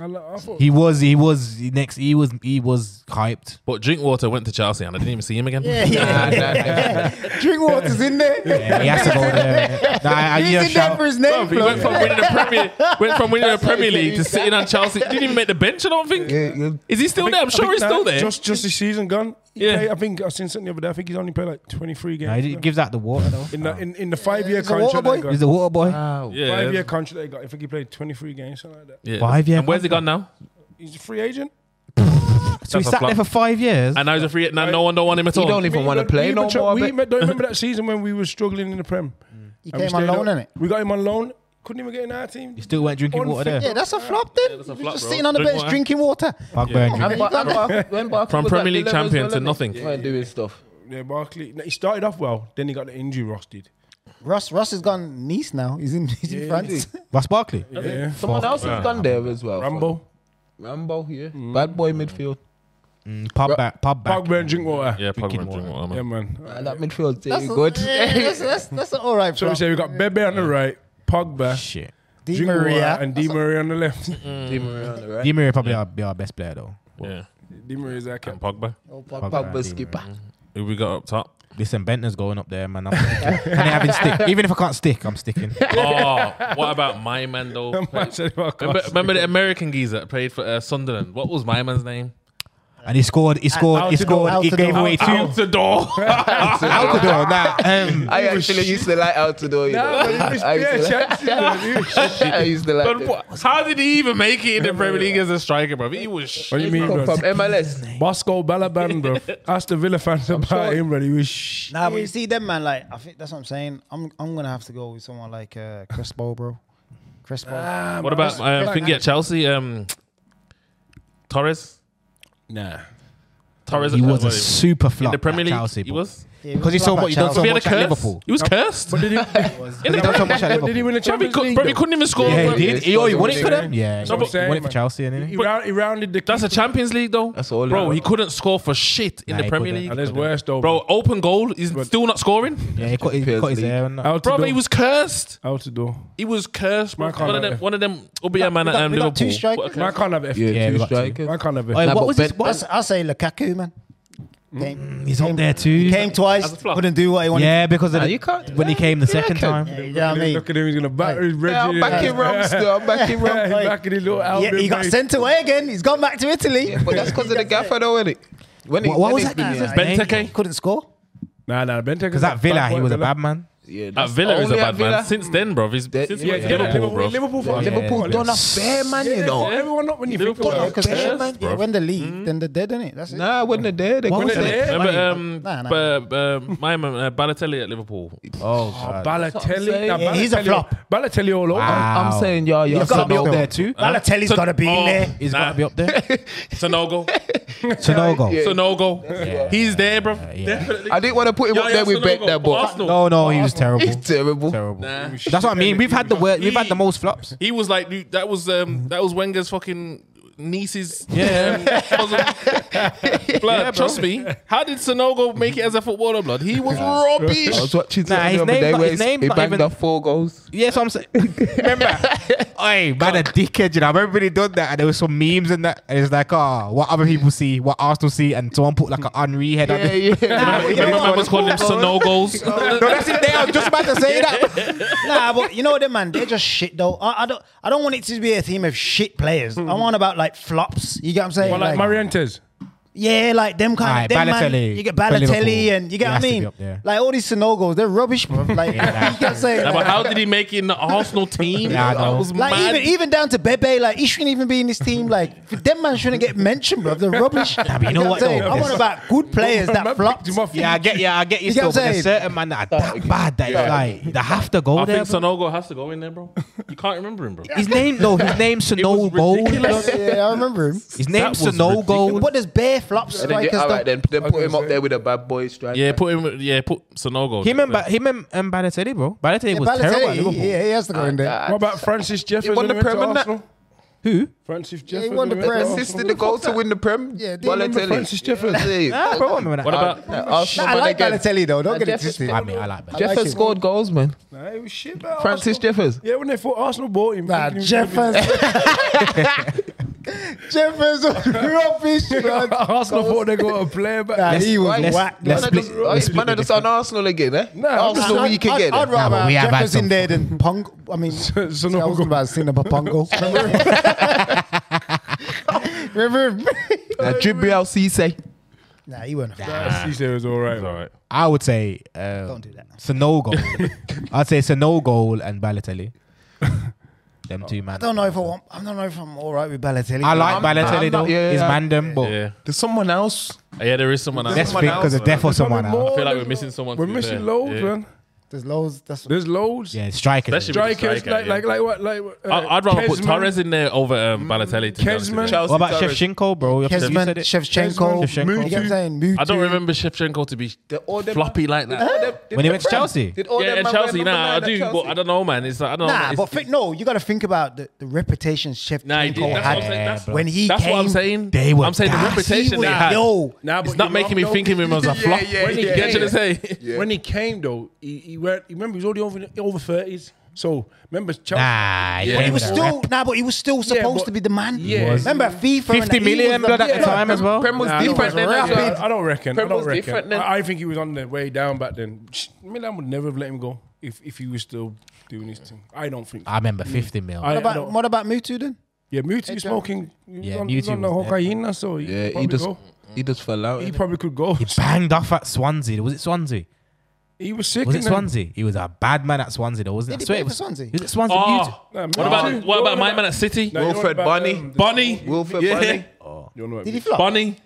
Speaker 5: I, li- I thought
Speaker 1: He was, he was he next. He was, he was hyped.
Speaker 2: But Drinkwater went to Chelsea, and I didn't even see him again.
Speaker 3: Yeah, yeah. drink water's in there.
Speaker 1: Yeah, he has to go there. Nah, I, I,
Speaker 3: He's
Speaker 1: yeah,
Speaker 3: in there
Speaker 1: shout,
Speaker 3: for his name.
Speaker 2: He went
Speaker 3: bloke.
Speaker 2: from winning the Premier, went from winning the Premier League to sitting on Chelsea. Didn't even make the bench. I don't think. Is he still there? I'm
Speaker 5: I
Speaker 2: sure
Speaker 5: think
Speaker 2: he's
Speaker 5: now,
Speaker 2: still there.
Speaker 5: Just, just his season gone. He
Speaker 2: Yeah.
Speaker 5: played- I think I seen something the other day. I think he's only played like 23 games.
Speaker 1: nah, he gives out the water though.
Speaker 5: in the in, in the five year
Speaker 3: He's a water
Speaker 5: contract, they
Speaker 3: boy.
Speaker 5: got,
Speaker 1: He's the water boy.
Speaker 4: Ah.
Speaker 2: yeah,
Speaker 5: five year contract they got. I think he played 23 games, something like that.
Speaker 2: yeah.
Speaker 1: Five year
Speaker 2: And where's he gone now?
Speaker 5: He's a free agent.
Speaker 1: So he
Speaker 2: That's a
Speaker 1: sat
Speaker 2: flop.
Speaker 1: there for five years.
Speaker 2: and now he's a free. Now no one don't want him at all.
Speaker 4: He don't even want to play no more.
Speaker 5: We
Speaker 4: but-
Speaker 5: don't remember that season when we were struggling in the Prem.
Speaker 3: Mm. He
Speaker 5: And we
Speaker 3: came on
Speaker 5: stayed
Speaker 3: loan,
Speaker 5: up.
Speaker 3: innit?
Speaker 5: We got him on loan. Couldn't even get in our team.
Speaker 1: you still weren't drinking water there.
Speaker 3: Yeah, that's a flop then.
Speaker 2: that's a
Speaker 3: You're
Speaker 2: flop,
Speaker 3: just
Speaker 2: bro.
Speaker 3: sitting on the
Speaker 2: Drink
Speaker 3: bench
Speaker 2: water.
Speaker 3: drinking water.
Speaker 1: Pogba and drink-
Speaker 4: And Bar- and Bar- when Barkley
Speaker 2: From
Speaker 4: was
Speaker 2: Premier
Speaker 4: at the
Speaker 2: League
Speaker 4: level as
Speaker 2: champion
Speaker 4: well,
Speaker 2: to
Speaker 4: innit?
Speaker 2: nothing.
Speaker 4: Weren't doing stuff.
Speaker 5: Yeah, Barkley. He started off well. Then he got the injury rostered.
Speaker 3: Russ, Russ has gone Nice now. He's in, he's in France.
Speaker 1: Ross Barkley.
Speaker 5: Yeah.
Speaker 4: Someone else has gone there as well.
Speaker 5: Rambo.
Speaker 4: Rambo, yeah. Bad boy midfield.
Speaker 1: Mm, pub back. Pub back.
Speaker 5: Pogba and Drinkwater.
Speaker 2: Yeah, Pogba and
Speaker 1: water.
Speaker 2: drink water, man.
Speaker 5: Yeah, man.
Speaker 4: And that midfield
Speaker 3: That's
Speaker 4: team good.
Speaker 3: yeah, that's, that's, that's an all right
Speaker 5: So we
Speaker 3: flop.
Speaker 5: say we got Bebe on the right, Pogba,
Speaker 1: Shit.
Speaker 3: Di
Speaker 5: Drinkwater,
Speaker 3: Maria.
Speaker 5: and Di Maria on the left.
Speaker 4: Team around the right.
Speaker 1: Di Maria probably our, be our best player though.
Speaker 2: Yeah,
Speaker 5: Di Maria's our
Speaker 2: and
Speaker 5: captain.
Speaker 2: Pogba.
Speaker 4: Oh,
Speaker 1: Pogba,
Speaker 4: Pogba,
Speaker 1: Di
Speaker 4: Pogba,
Speaker 1: Maria.
Speaker 4: skipper.
Speaker 2: Who we got up top?
Speaker 1: Listen, Bentner's going up there, man. I'm sticking. and they having stick. Even if I can't stick, I'm sticking.
Speaker 2: Oh, what about my man though?
Speaker 5: Man said, "Well,
Speaker 2: Remember,
Speaker 5: class."
Speaker 2: remember the American geezer that played for uh, Sunderland? What was my man's name?
Speaker 1: And he scored. He scored. He
Speaker 3: Altidore,
Speaker 1: scored. He
Speaker 3: Altidore,
Speaker 1: gave away two.
Speaker 2: Out the door.
Speaker 1: Out the door. Nah. Um,
Speaker 4: I actually used to like out to do it.
Speaker 5: Nah, but he was-
Speaker 4: I
Speaker 5: yeah,
Speaker 4: used to
Speaker 5: chances, man, he was shit.
Speaker 4: like- I used to like
Speaker 2: But
Speaker 4: it.
Speaker 2: what- how did he even make it in the Premier League as a striker, bro? He was.
Speaker 5: What
Speaker 2: Sh-
Speaker 5: do you mean,
Speaker 4: Come
Speaker 5: bro?
Speaker 4: from MLS.
Speaker 5: Bosco Balaban, bro. Ask the Villa fans about him, bro. He was shit.
Speaker 3: Nah, but you see them man, like I think that's what I'm saying. I'm I'm gonna have to go with someone like uh, Crespo, bro. Crespo.
Speaker 2: what about uh, thingy at Chelsea? Um, Torres.
Speaker 5: Nah.
Speaker 2: Torres.
Speaker 1: he
Speaker 2: uh,
Speaker 1: was a
Speaker 2: what-
Speaker 1: super flop.
Speaker 2: in the Premier
Speaker 1: at
Speaker 2: League.
Speaker 1: Chelsea,
Speaker 2: he
Speaker 1: bro.
Speaker 2: was.
Speaker 1: Because he saw what he done so
Speaker 2: He had a
Speaker 1: much at
Speaker 2: curse.
Speaker 1: Liverpool.
Speaker 2: He was cursed.
Speaker 5: But did he,
Speaker 1: He done so much at
Speaker 5: did he
Speaker 1: Liverpool.
Speaker 5: win
Speaker 2: Bro, he,
Speaker 5: the Champions
Speaker 2: could,
Speaker 5: League?
Speaker 2: bro, he
Speaker 5: though?
Speaker 2: couldn't even score.
Speaker 1: Yeah,
Speaker 2: bro.
Speaker 1: he did. He already won it for them. Yeah, he
Speaker 5: what I'm saying,
Speaker 1: won it for
Speaker 5: man.
Speaker 1: Chelsea, didn't he?
Speaker 5: He, round, he rounded the.
Speaker 2: That's a Champions League though.
Speaker 4: That's all he
Speaker 2: Bro,
Speaker 4: had.
Speaker 2: he couldn't score for shit in
Speaker 1: Nah,
Speaker 2: the
Speaker 1: he
Speaker 2: Premier
Speaker 1: couldn't.
Speaker 2: League.
Speaker 5: And there's worse though.
Speaker 2: Bro, open goal. He's still not scoring.
Speaker 1: Yeah, he cut Oh, he cut his
Speaker 4: League.
Speaker 1: hair and that.
Speaker 5: out
Speaker 2: Bro,
Speaker 5: the door.
Speaker 2: he was cursed.
Speaker 5: out the door.
Speaker 2: He was cursed. bro.
Speaker 5: Man can't
Speaker 2: One of
Speaker 5: have
Speaker 2: them.
Speaker 5: it.
Speaker 2: One of them. Will be a man
Speaker 3: we
Speaker 2: at
Speaker 3: got-
Speaker 2: um,
Speaker 3: we got two
Speaker 2: Liverpool.
Speaker 3: strikers.
Speaker 2: What a
Speaker 5: Man
Speaker 2: curse.
Speaker 5: can't have it.
Speaker 4: Yeah,
Speaker 1: Yeah, we
Speaker 4: two
Speaker 1: got two.
Speaker 4: strikers.
Speaker 5: Man can't have it.
Speaker 1: Oi,
Speaker 4: Nah,
Speaker 1: what
Speaker 4: but
Speaker 1: was his?
Speaker 4: Ben-
Speaker 1: What
Speaker 3: That's, I say Lukaku, man. Came,
Speaker 1: He's up there too.
Speaker 3: came
Speaker 2: As a
Speaker 3: twice,
Speaker 2: flop.
Speaker 3: couldn't do what he wanted.
Speaker 1: Yeah, because of
Speaker 4: Nah,
Speaker 1: the-
Speaker 4: you can't-
Speaker 1: when he came the second time.
Speaker 3: Yeah, you know what I mean?
Speaker 5: Look at him. He's gonna batter his
Speaker 4: Yeah, I'm
Speaker 5: Reggie.
Speaker 4: back in Rome still. I'm back in Rome.
Speaker 3: Oi.
Speaker 5: Back in his little
Speaker 3: Yeah,
Speaker 5: Albion
Speaker 3: he got
Speaker 5: days.
Speaker 3: sent away again. He's gone back to Italy.
Speaker 4: But that's because of the gaffer, though, isn't it? When he,
Speaker 1: What, what
Speaker 4: when
Speaker 1: was
Speaker 4: he-
Speaker 1: that guy's
Speaker 4: Yeah,
Speaker 1: name?
Speaker 2: Benteke?
Speaker 3: Couldn't score.
Speaker 5: Nah, nah. Benteke.
Speaker 1: Because that Villa, he was a bad man.
Speaker 4: yeah,
Speaker 2: At
Speaker 4: that's
Speaker 2: Villa is a
Speaker 4: only at
Speaker 2: bad man.
Speaker 4: Villa.
Speaker 2: Since then, bro, he's
Speaker 4: They-
Speaker 2: since he
Speaker 5: Yeah,
Speaker 2: went to
Speaker 5: yeah,
Speaker 2: Liverpool,
Speaker 5: Liverpool,
Speaker 2: bro.
Speaker 5: Liverpool, for
Speaker 4: Liverpool
Speaker 1: yeah.
Speaker 4: done a fair man, you
Speaker 5: Yeah,
Speaker 4: know.
Speaker 5: Everyone not when you think
Speaker 2: Liverpool
Speaker 5: about
Speaker 2: are
Speaker 5: it.
Speaker 3: Because
Speaker 4: Yes,
Speaker 3: yeah, man,
Speaker 2: bro.
Speaker 3: when the league,
Speaker 1: Mm-hmm.
Speaker 3: then they're dead, innit? That's it.
Speaker 4: Nah, when they're there, they
Speaker 1: What
Speaker 4: couldn't
Speaker 1: was
Speaker 4: say-
Speaker 1: it?
Speaker 2: Remember, um,
Speaker 3: Nah, nah.
Speaker 2: b- um, my man, uh, Balotelli at Liverpool.
Speaker 1: Oh,
Speaker 5: Oh,
Speaker 1: God.
Speaker 5: Balotelli.
Speaker 4: saying.
Speaker 5: nah,
Speaker 3: He's a
Speaker 5: Balotelli-
Speaker 3: flop.
Speaker 5: Balotelli all over.
Speaker 4: I'm
Speaker 1: Wow.
Speaker 4: saying, y'all, y'all
Speaker 1: He's got to
Speaker 4: said
Speaker 1: be up
Speaker 4: no.
Speaker 1: there too.
Speaker 3: Balotelli's
Speaker 2: So-
Speaker 3: got to be
Speaker 2: oh.
Speaker 3: in there.
Speaker 1: He's got
Speaker 2: Nah.
Speaker 1: to be up there.
Speaker 2: It's a no go.
Speaker 1: Sonogo.
Speaker 4: Yeah.
Speaker 2: It's a no go. He's there, bro. Definitely.
Speaker 4: I didn't want to put him
Speaker 2: Yo,
Speaker 4: up
Speaker 2: yo,
Speaker 4: there with
Speaker 2: Sonogo
Speaker 4: Bet that
Speaker 2: for
Speaker 4: but
Speaker 2: Arsenal.
Speaker 1: No, no, he was terrible.
Speaker 4: He's terrible.
Speaker 1: terrible.
Speaker 2: Nah.
Speaker 1: That's what I mean. We've had the wor- we've had the most flops.
Speaker 2: He was like dude, that was um, that was Wenger's fucking niece's yeah. blood. trust me. How did Sonogo make it as a footballer, blood? He was
Speaker 4: I
Speaker 2: rubbish.
Speaker 4: was watching
Speaker 1: Nah,
Speaker 4: something
Speaker 1: his
Speaker 4: the
Speaker 1: name
Speaker 4: other day
Speaker 1: not-
Speaker 4: where
Speaker 1: his
Speaker 4: he-
Speaker 1: name
Speaker 4: he
Speaker 1: not
Speaker 4: banged
Speaker 1: even-
Speaker 4: up four goals.
Speaker 1: Yeah, so I'm saying. Remember, hey man, a dickhead. You know, everybody done that, and there was some memes and that. And it's like, oh, what other people see, what Arsenal see, and someone put like an Henri head on
Speaker 4: Yeah,
Speaker 1: it.
Speaker 4: yeah.
Speaker 2: Remember, I was calling him
Speaker 1: No,
Speaker 2: Sonogos.
Speaker 1: that's it. There, I was just about to say that.
Speaker 3: nah, but you know what, them man, they're just shit though. I, I don't, I don't want it to be a theme of shit players.
Speaker 1: Hmm.
Speaker 3: I want about like flops. You get what I'm saying?
Speaker 5: Well, like Marientes.
Speaker 3: yeah, like them kind
Speaker 1: Alright,
Speaker 3: of them man,
Speaker 1: Balotelli
Speaker 3: You get
Speaker 1: for
Speaker 3: Balotelli,
Speaker 1: Liverpool.
Speaker 3: and you
Speaker 1: He
Speaker 3: get what I
Speaker 1: has to be
Speaker 3: mean.
Speaker 1: up there.
Speaker 3: Like all these Sonogos, they're rubbish, bro. Like you get what I'm saying?
Speaker 2: Nah, but
Speaker 3: Like,
Speaker 2: how did he make it in the Arsenal team?
Speaker 1: Yeah, I know.
Speaker 2: that was
Speaker 3: like,
Speaker 2: mad.
Speaker 3: even even down to Bebe, like he shouldn't even be in this team. Like them man shouldn't get mentioned, bro. They're rubbish.
Speaker 1: but you know
Speaker 3: get
Speaker 1: what,
Speaker 3: I'm saying?
Speaker 1: though?
Speaker 3: I want
Speaker 1: There's-
Speaker 3: about good players that
Speaker 5: Man
Speaker 3: flopped.
Speaker 5: picked him off.
Speaker 1: Yeah, I get, yeah, I get you.
Speaker 3: You get
Speaker 1: Still,
Speaker 3: what
Speaker 1: but
Speaker 3: I'm
Speaker 1: there's
Speaker 3: saying?
Speaker 1: certain man that are that bad that it's like they have to go
Speaker 2: I
Speaker 1: there.
Speaker 2: think
Speaker 1: bro.
Speaker 2: Sonogo has to go in there, bro. You can't remember him, bro.
Speaker 1: His name, no, his name's Sonogo.
Speaker 2: ridiculous.
Speaker 3: yeah, I remember him.
Speaker 1: His name's
Speaker 2: was
Speaker 1: Sonogo.
Speaker 3: But there's bare flops.
Speaker 4: And then,
Speaker 3: strikers,
Speaker 4: they- all
Speaker 3: though.
Speaker 4: right, then, then put him up there with a bad boy striker.
Speaker 2: Yeah, put him. Yeah, put Sonogo.
Speaker 1: Him and ba- him and, and Balotelli, bro. Balotelli
Speaker 3: Yeah,
Speaker 1: was terrible at
Speaker 3: Balotelli,
Speaker 1: Liverpool.
Speaker 3: he, yeah, he has to go in there.
Speaker 5: What about Francis Jeffers?
Speaker 4: won
Speaker 5: when
Speaker 4: the
Speaker 5: he went to
Speaker 4: Prem, innit?
Speaker 5: Arsenal?
Speaker 1: Who?
Speaker 5: Francis
Speaker 3: he
Speaker 5: Jeffers.
Speaker 3: won the
Speaker 5: when he went to
Speaker 3: Prem.
Speaker 5: Arsenal.
Speaker 4: assisted the goal to win the Prem.
Speaker 3: Yeah, do you remember
Speaker 4: Balotelli.
Speaker 5: Francis Jeffers?
Speaker 4: Yeah.
Speaker 1: Bro, I remember that.
Speaker 2: What about?
Speaker 4: Uh, Arsenal,
Speaker 3: Nah, I
Speaker 4: but
Speaker 3: like
Speaker 4: they get-
Speaker 3: Balotelli though. Don't
Speaker 4: Nah,
Speaker 3: get it
Speaker 4: Jeff is
Speaker 3: twisted.
Speaker 1: I mean, I like Balotelli.
Speaker 4: Jeffers
Speaker 3: like him.
Speaker 4: scored goals, man.
Speaker 5: Nah, it was shit, man.
Speaker 4: Francis
Speaker 5: Arsenal-
Speaker 4: Jeffers.
Speaker 5: Yeah, when they thought Arsenal bought him.
Speaker 3: Nah,
Speaker 5: thinking he was
Speaker 3: Jeffers. Jeffers was rubbish,
Speaker 5: gonna
Speaker 3: man.
Speaker 5: be- Arsenal thought they got a player back.
Speaker 3: Nah, he was
Speaker 4: Let's-
Speaker 3: whack.
Speaker 1: let's
Speaker 3: man.
Speaker 4: Man, I just-
Speaker 1: split-
Speaker 4: oh,
Speaker 1: let's
Speaker 4: Man,
Speaker 1: split
Speaker 4: I just on Arsenal again, eh? Arsenal
Speaker 3: I'd-
Speaker 4: week
Speaker 3: I'd-
Speaker 4: again.
Speaker 3: I'd rather
Speaker 1: but
Speaker 3: have
Speaker 1: we have had
Speaker 3: Jeffers
Speaker 1: some
Speaker 3: in there than Pong. I mean,
Speaker 5: so
Speaker 3: see, I
Speaker 5: no
Speaker 3: was
Speaker 5: go-
Speaker 3: about to sing about Pongo. Remember? Remember?
Speaker 4: Now, Jibril Cisse.
Speaker 3: Nah, he went.
Speaker 5: Nah, Cisse was all right.
Speaker 2: All right.
Speaker 1: I would say um,
Speaker 3: Don't do that.
Speaker 1: Sonogo. I'd say Sonogo and Balotelli. them two man.
Speaker 3: I don't know if I want. I don't know if I'm all right with Balotelli.
Speaker 1: I like
Speaker 4: I'm-
Speaker 1: Balotelli
Speaker 4: I'm
Speaker 1: though.
Speaker 4: not- yeah,
Speaker 1: He's
Speaker 4: yeah.
Speaker 1: man them, but
Speaker 2: Yeah,
Speaker 4: There's someone else.
Speaker 2: yeah. There is someone else.
Speaker 1: let's
Speaker 4: Someone
Speaker 1: pick because
Speaker 4: else,
Speaker 1: of death or someone else.
Speaker 2: feel like we're missing someone,
Speaker 5: We're
Speaker 2: to be fair.
Speaker 5: missing loads,
Speaker 2: Yeah.
Speaker 5: man.
Speaker 3: There's loads. That's
Speaker 5: There's loads.
Speaker 1: Yeah, strikers.
Speaker 2: Especially with the
Speaker 5: Strikers,
Speaker 2: striker,
Speaker 5: like,
Speaker 2: yeah.
Speaker 5: like, like what, like. Uh,
Speaker 2: I- I'd rather put
Speaker 5: Kesman.
Speaker 2: Torres in there over um, Balotelli. To be honest with
Speaker 5: Kesman.
Speaker 2: you.
Speaker 4: Chelsea
Speaker 1: What about
Speaker 4: Torres.
Speaker 1: Shevchenko, bro? You said
Speaker 3: Kesman,
Speaker 1: it.
Speaker 3: Shevchenko,
Speaker 1: Shevchenko.
Speaker 3: You get what I'm saying?
Speaker 2: I don't
Speaker 3: Mutu.
Speaker 2: remember Shevchenko to be
Speaker 4: They're all them-
Speaker 2: floppy like that.
Speaker 4: All them-
Speaker 1: When he
Speaker 4: they're
Speaker 1: went to
Speaker 4: friends.
Speaker 1: Chelsea?
Speaker 4: Did all
Speaker 2: yeah,
Speaker 4: them
Speaker 2: and
Speaker 4: man wear
Speaker 2: Chelsea.
Speaker 4: number
Speaker 2: Nah, I
Speaker 4: nine at
Speaker 2: do, but
Speaker 4: Chelsea?
Speaker 2: I don't know, man. It's like, I don't know.
Speaker 3: Nah,
Speaker 2: it's-
Speaker 3: but think, no, you got to think about the, the reputation Shevchenko
Speaker 2: Nah, he did. That's what I'm saying.
Speaker 3: had
Speaker 2: That's,
Speaker 3: when he
Speaker 2: that's
Speaker 3: came.
Speaker 2: what I'm saying.
Speaker 1: they were
Speaker 2: I'm saying the
Speaker 1: gas.
Speaker 2: reputation
Speaker 3: He
Speaker 2: they
Speaker 3: was-
Speaker 2: had.
Speaker 3: yo.
Speaker 5: Nah, but
Speaker 2: it's not
Speaker 5: you
Speaker 2: making me
Speaker 5: know-
Speaker 2: think of him as a flop.
Speaker 4: yeah,
Speaker 2: When he-
Speaker 4: yeah,
Speaker 2: get what I'm
Speaker 4: yeah.
Speaker 2: saying?
Speaker 5: When he came though, he, he went. Remember, he was already over over thirties. So remember, Chelsea.
Speaker 1: Nah,
Speaker 2: Yeah.
Speaker 1: yeah.
Speaker 3: He was still nah, but he was still supposed
Speaker 5: but-
Speaker 3: to be the man.
Speaker 5: He was.
Speaker 3: Remember FIFA?
Speaker 1: 50 million blood at the time as well.
Speaker 4: Prem was
Speaker 5: Nah, I don't
Speaker 4: different then.
Speaker 5: reckon.
Speaker 4: as well.
Speaker 5: I don't reckon. I
Speaker 4: Prem
Speaker 5: don't
Speaker 4: was different
Speaker 5: reckon.
Speaker 4: then.
Speaker 5: I, I think he was on the way down back then. Sh- Milan would never have let him go if, if he was still doing his thing. I don't think.
Speaker 1: I remember 50 mil.
Speaker 5: I-
Speaker 3: What
Speaker 5: I
Speaker 3: about
Speaker 5: don't-
Speaker 3: what about Mutu then?
Speaker 5: yeah, Muti smoking.
Speaker 1: Yeah,
Speaker 5: Yeah, on, he was
Speaker 1: Muti
Speaker 5: on the
Speaker 1: was there.
Speaker 5: cocaine, now, so he
Speaker 4: Yeah,
Speaker 5: could
Speaker 4: he
Speaker 5: probably
Speaker 4: just
Speaker 5: go.
Speaker 4: he just fell out.
Speaker 5: He probably could go.
Speaker 1: he banged off at Swansea. Was it Swansea?
Speaker 5: He was sick.
Speaker 1: Was it
Speaker 5: innit?
Speaker 1: Swansea? He was a bad man at Swansea, though, wasn't he?
Speaker 3: Did he
Speaker 1: I swear
Speaker 3: play
Speaker 1: it
Speaker 3: for
Speaker 1: was
Speaker 3: Swansea?
Speaker 1: Was it Swansea?
Speaker 2: Oh,
Speaker 5: Nah,
Speaker 2: what
Speaker 5: Mutu.
Speaker 2: about what
Speaker 5: You're
Speaker 2: about
Speaker 5: on
Speaker 2: my
Speaker 5: about-
Speaker 2: man at City?
Speaker 5: No, you're on
Speaker 4: Wilfred
Speaker 5: about,
Speaker 4: Bonny.
Speaker 5: um, the-
Speaker 2: Bonnie,
Speaker 4: Wilfred
Speaker 2: yeah.
Speaker 4: Bonny.
Speaker 5: you're on about-
Speaker 3: Did he flop?
Speaker 2: Bonnie,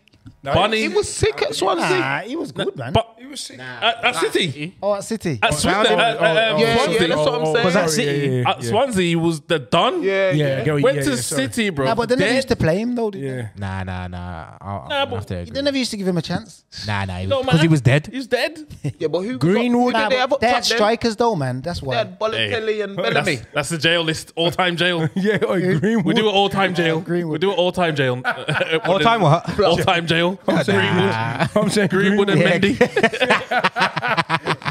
Speaker 5: Nah,
Speaker 2: Bonny.
Speaker 4: He was sick at Swansea.
Speaker 3: Nah, he was good, man.
Speaker 2: Bo-
Speaker 5: He was sick.
Speaker 2: at, at City,
Speaker 3: oh, at City.
Speaker 2: at Swindon,
Speaker 1: Southampton.
Speaker 2: at, at,
Speaker 5: Oh,
Speaker 2: um,
Speaker 4: Yeah,
Speaker 2: Swansea.
Speaker 4: yeah, that's what I'm
Speaker 1: Was
Speaker 4: saying.
Speaker 1: that
Speaker 5: Sorry,
Speaker 1: City?
Speaker 5: oh, yeah, yeah,
Speaker 2: At
Speaker 5: yeah.
Speaker 2: Swansea, he was the don.
Speaker 4: Yeah,
Speaker 5: Yeah, go-
Speaker 2: Uh, went
Speaker 5: yeah,
Speaker 2: to
Speaker 5: yeah, sorry.
Speaker 2: City, bro.
Speaker 3: Nah, but they never
Speaker 2: Dead.
Speaker 3: used to play him though. Did they?
Speaker 5: Yeah.
Speaker 1: Nah, nah, nah. I'll,
Speaker 2: Nah,
Speaker 1: I'll
Speaker 2: but
Speaker 1: have to
Speaker 3: They
Speaker 1: agree.
Speaker 3: never used to give him a chance.
Speaker 1: Nah, nah. Because
Speaker 2: No,
Speaker 1: he
Speaker 2: man.
Speaker 1: was dead.
Speaker 2: He's dead.
Speaker 4: Yeah, but who? Who
Speaker 5: Greenwood.
Speaker 3: Nah,
Speaker 4: did they
Speaker 3: but
Speaker 4: have up
Speaker 3: they had
Speaker 4: top then?
Speaker 3: strikers though, man. That's
Speaker 4: They
Speaker 3: why.
Speaker 4: had Balotelli and Bellamy.
Speaker 2: That's, that's the jail list. All time jail.
Speaker 5: Yeah, oh, Greenwood.
Speaker 2: We do an all time jail.
Speaker 3: Greenwood.
Speaker 2: We do an all time jail. all
Speaker 1: All-time what?
Speaker 2: All time jail. Greenwood.
Speaker 5: I'm saying
Speaker 2: Greenwood and Mendy.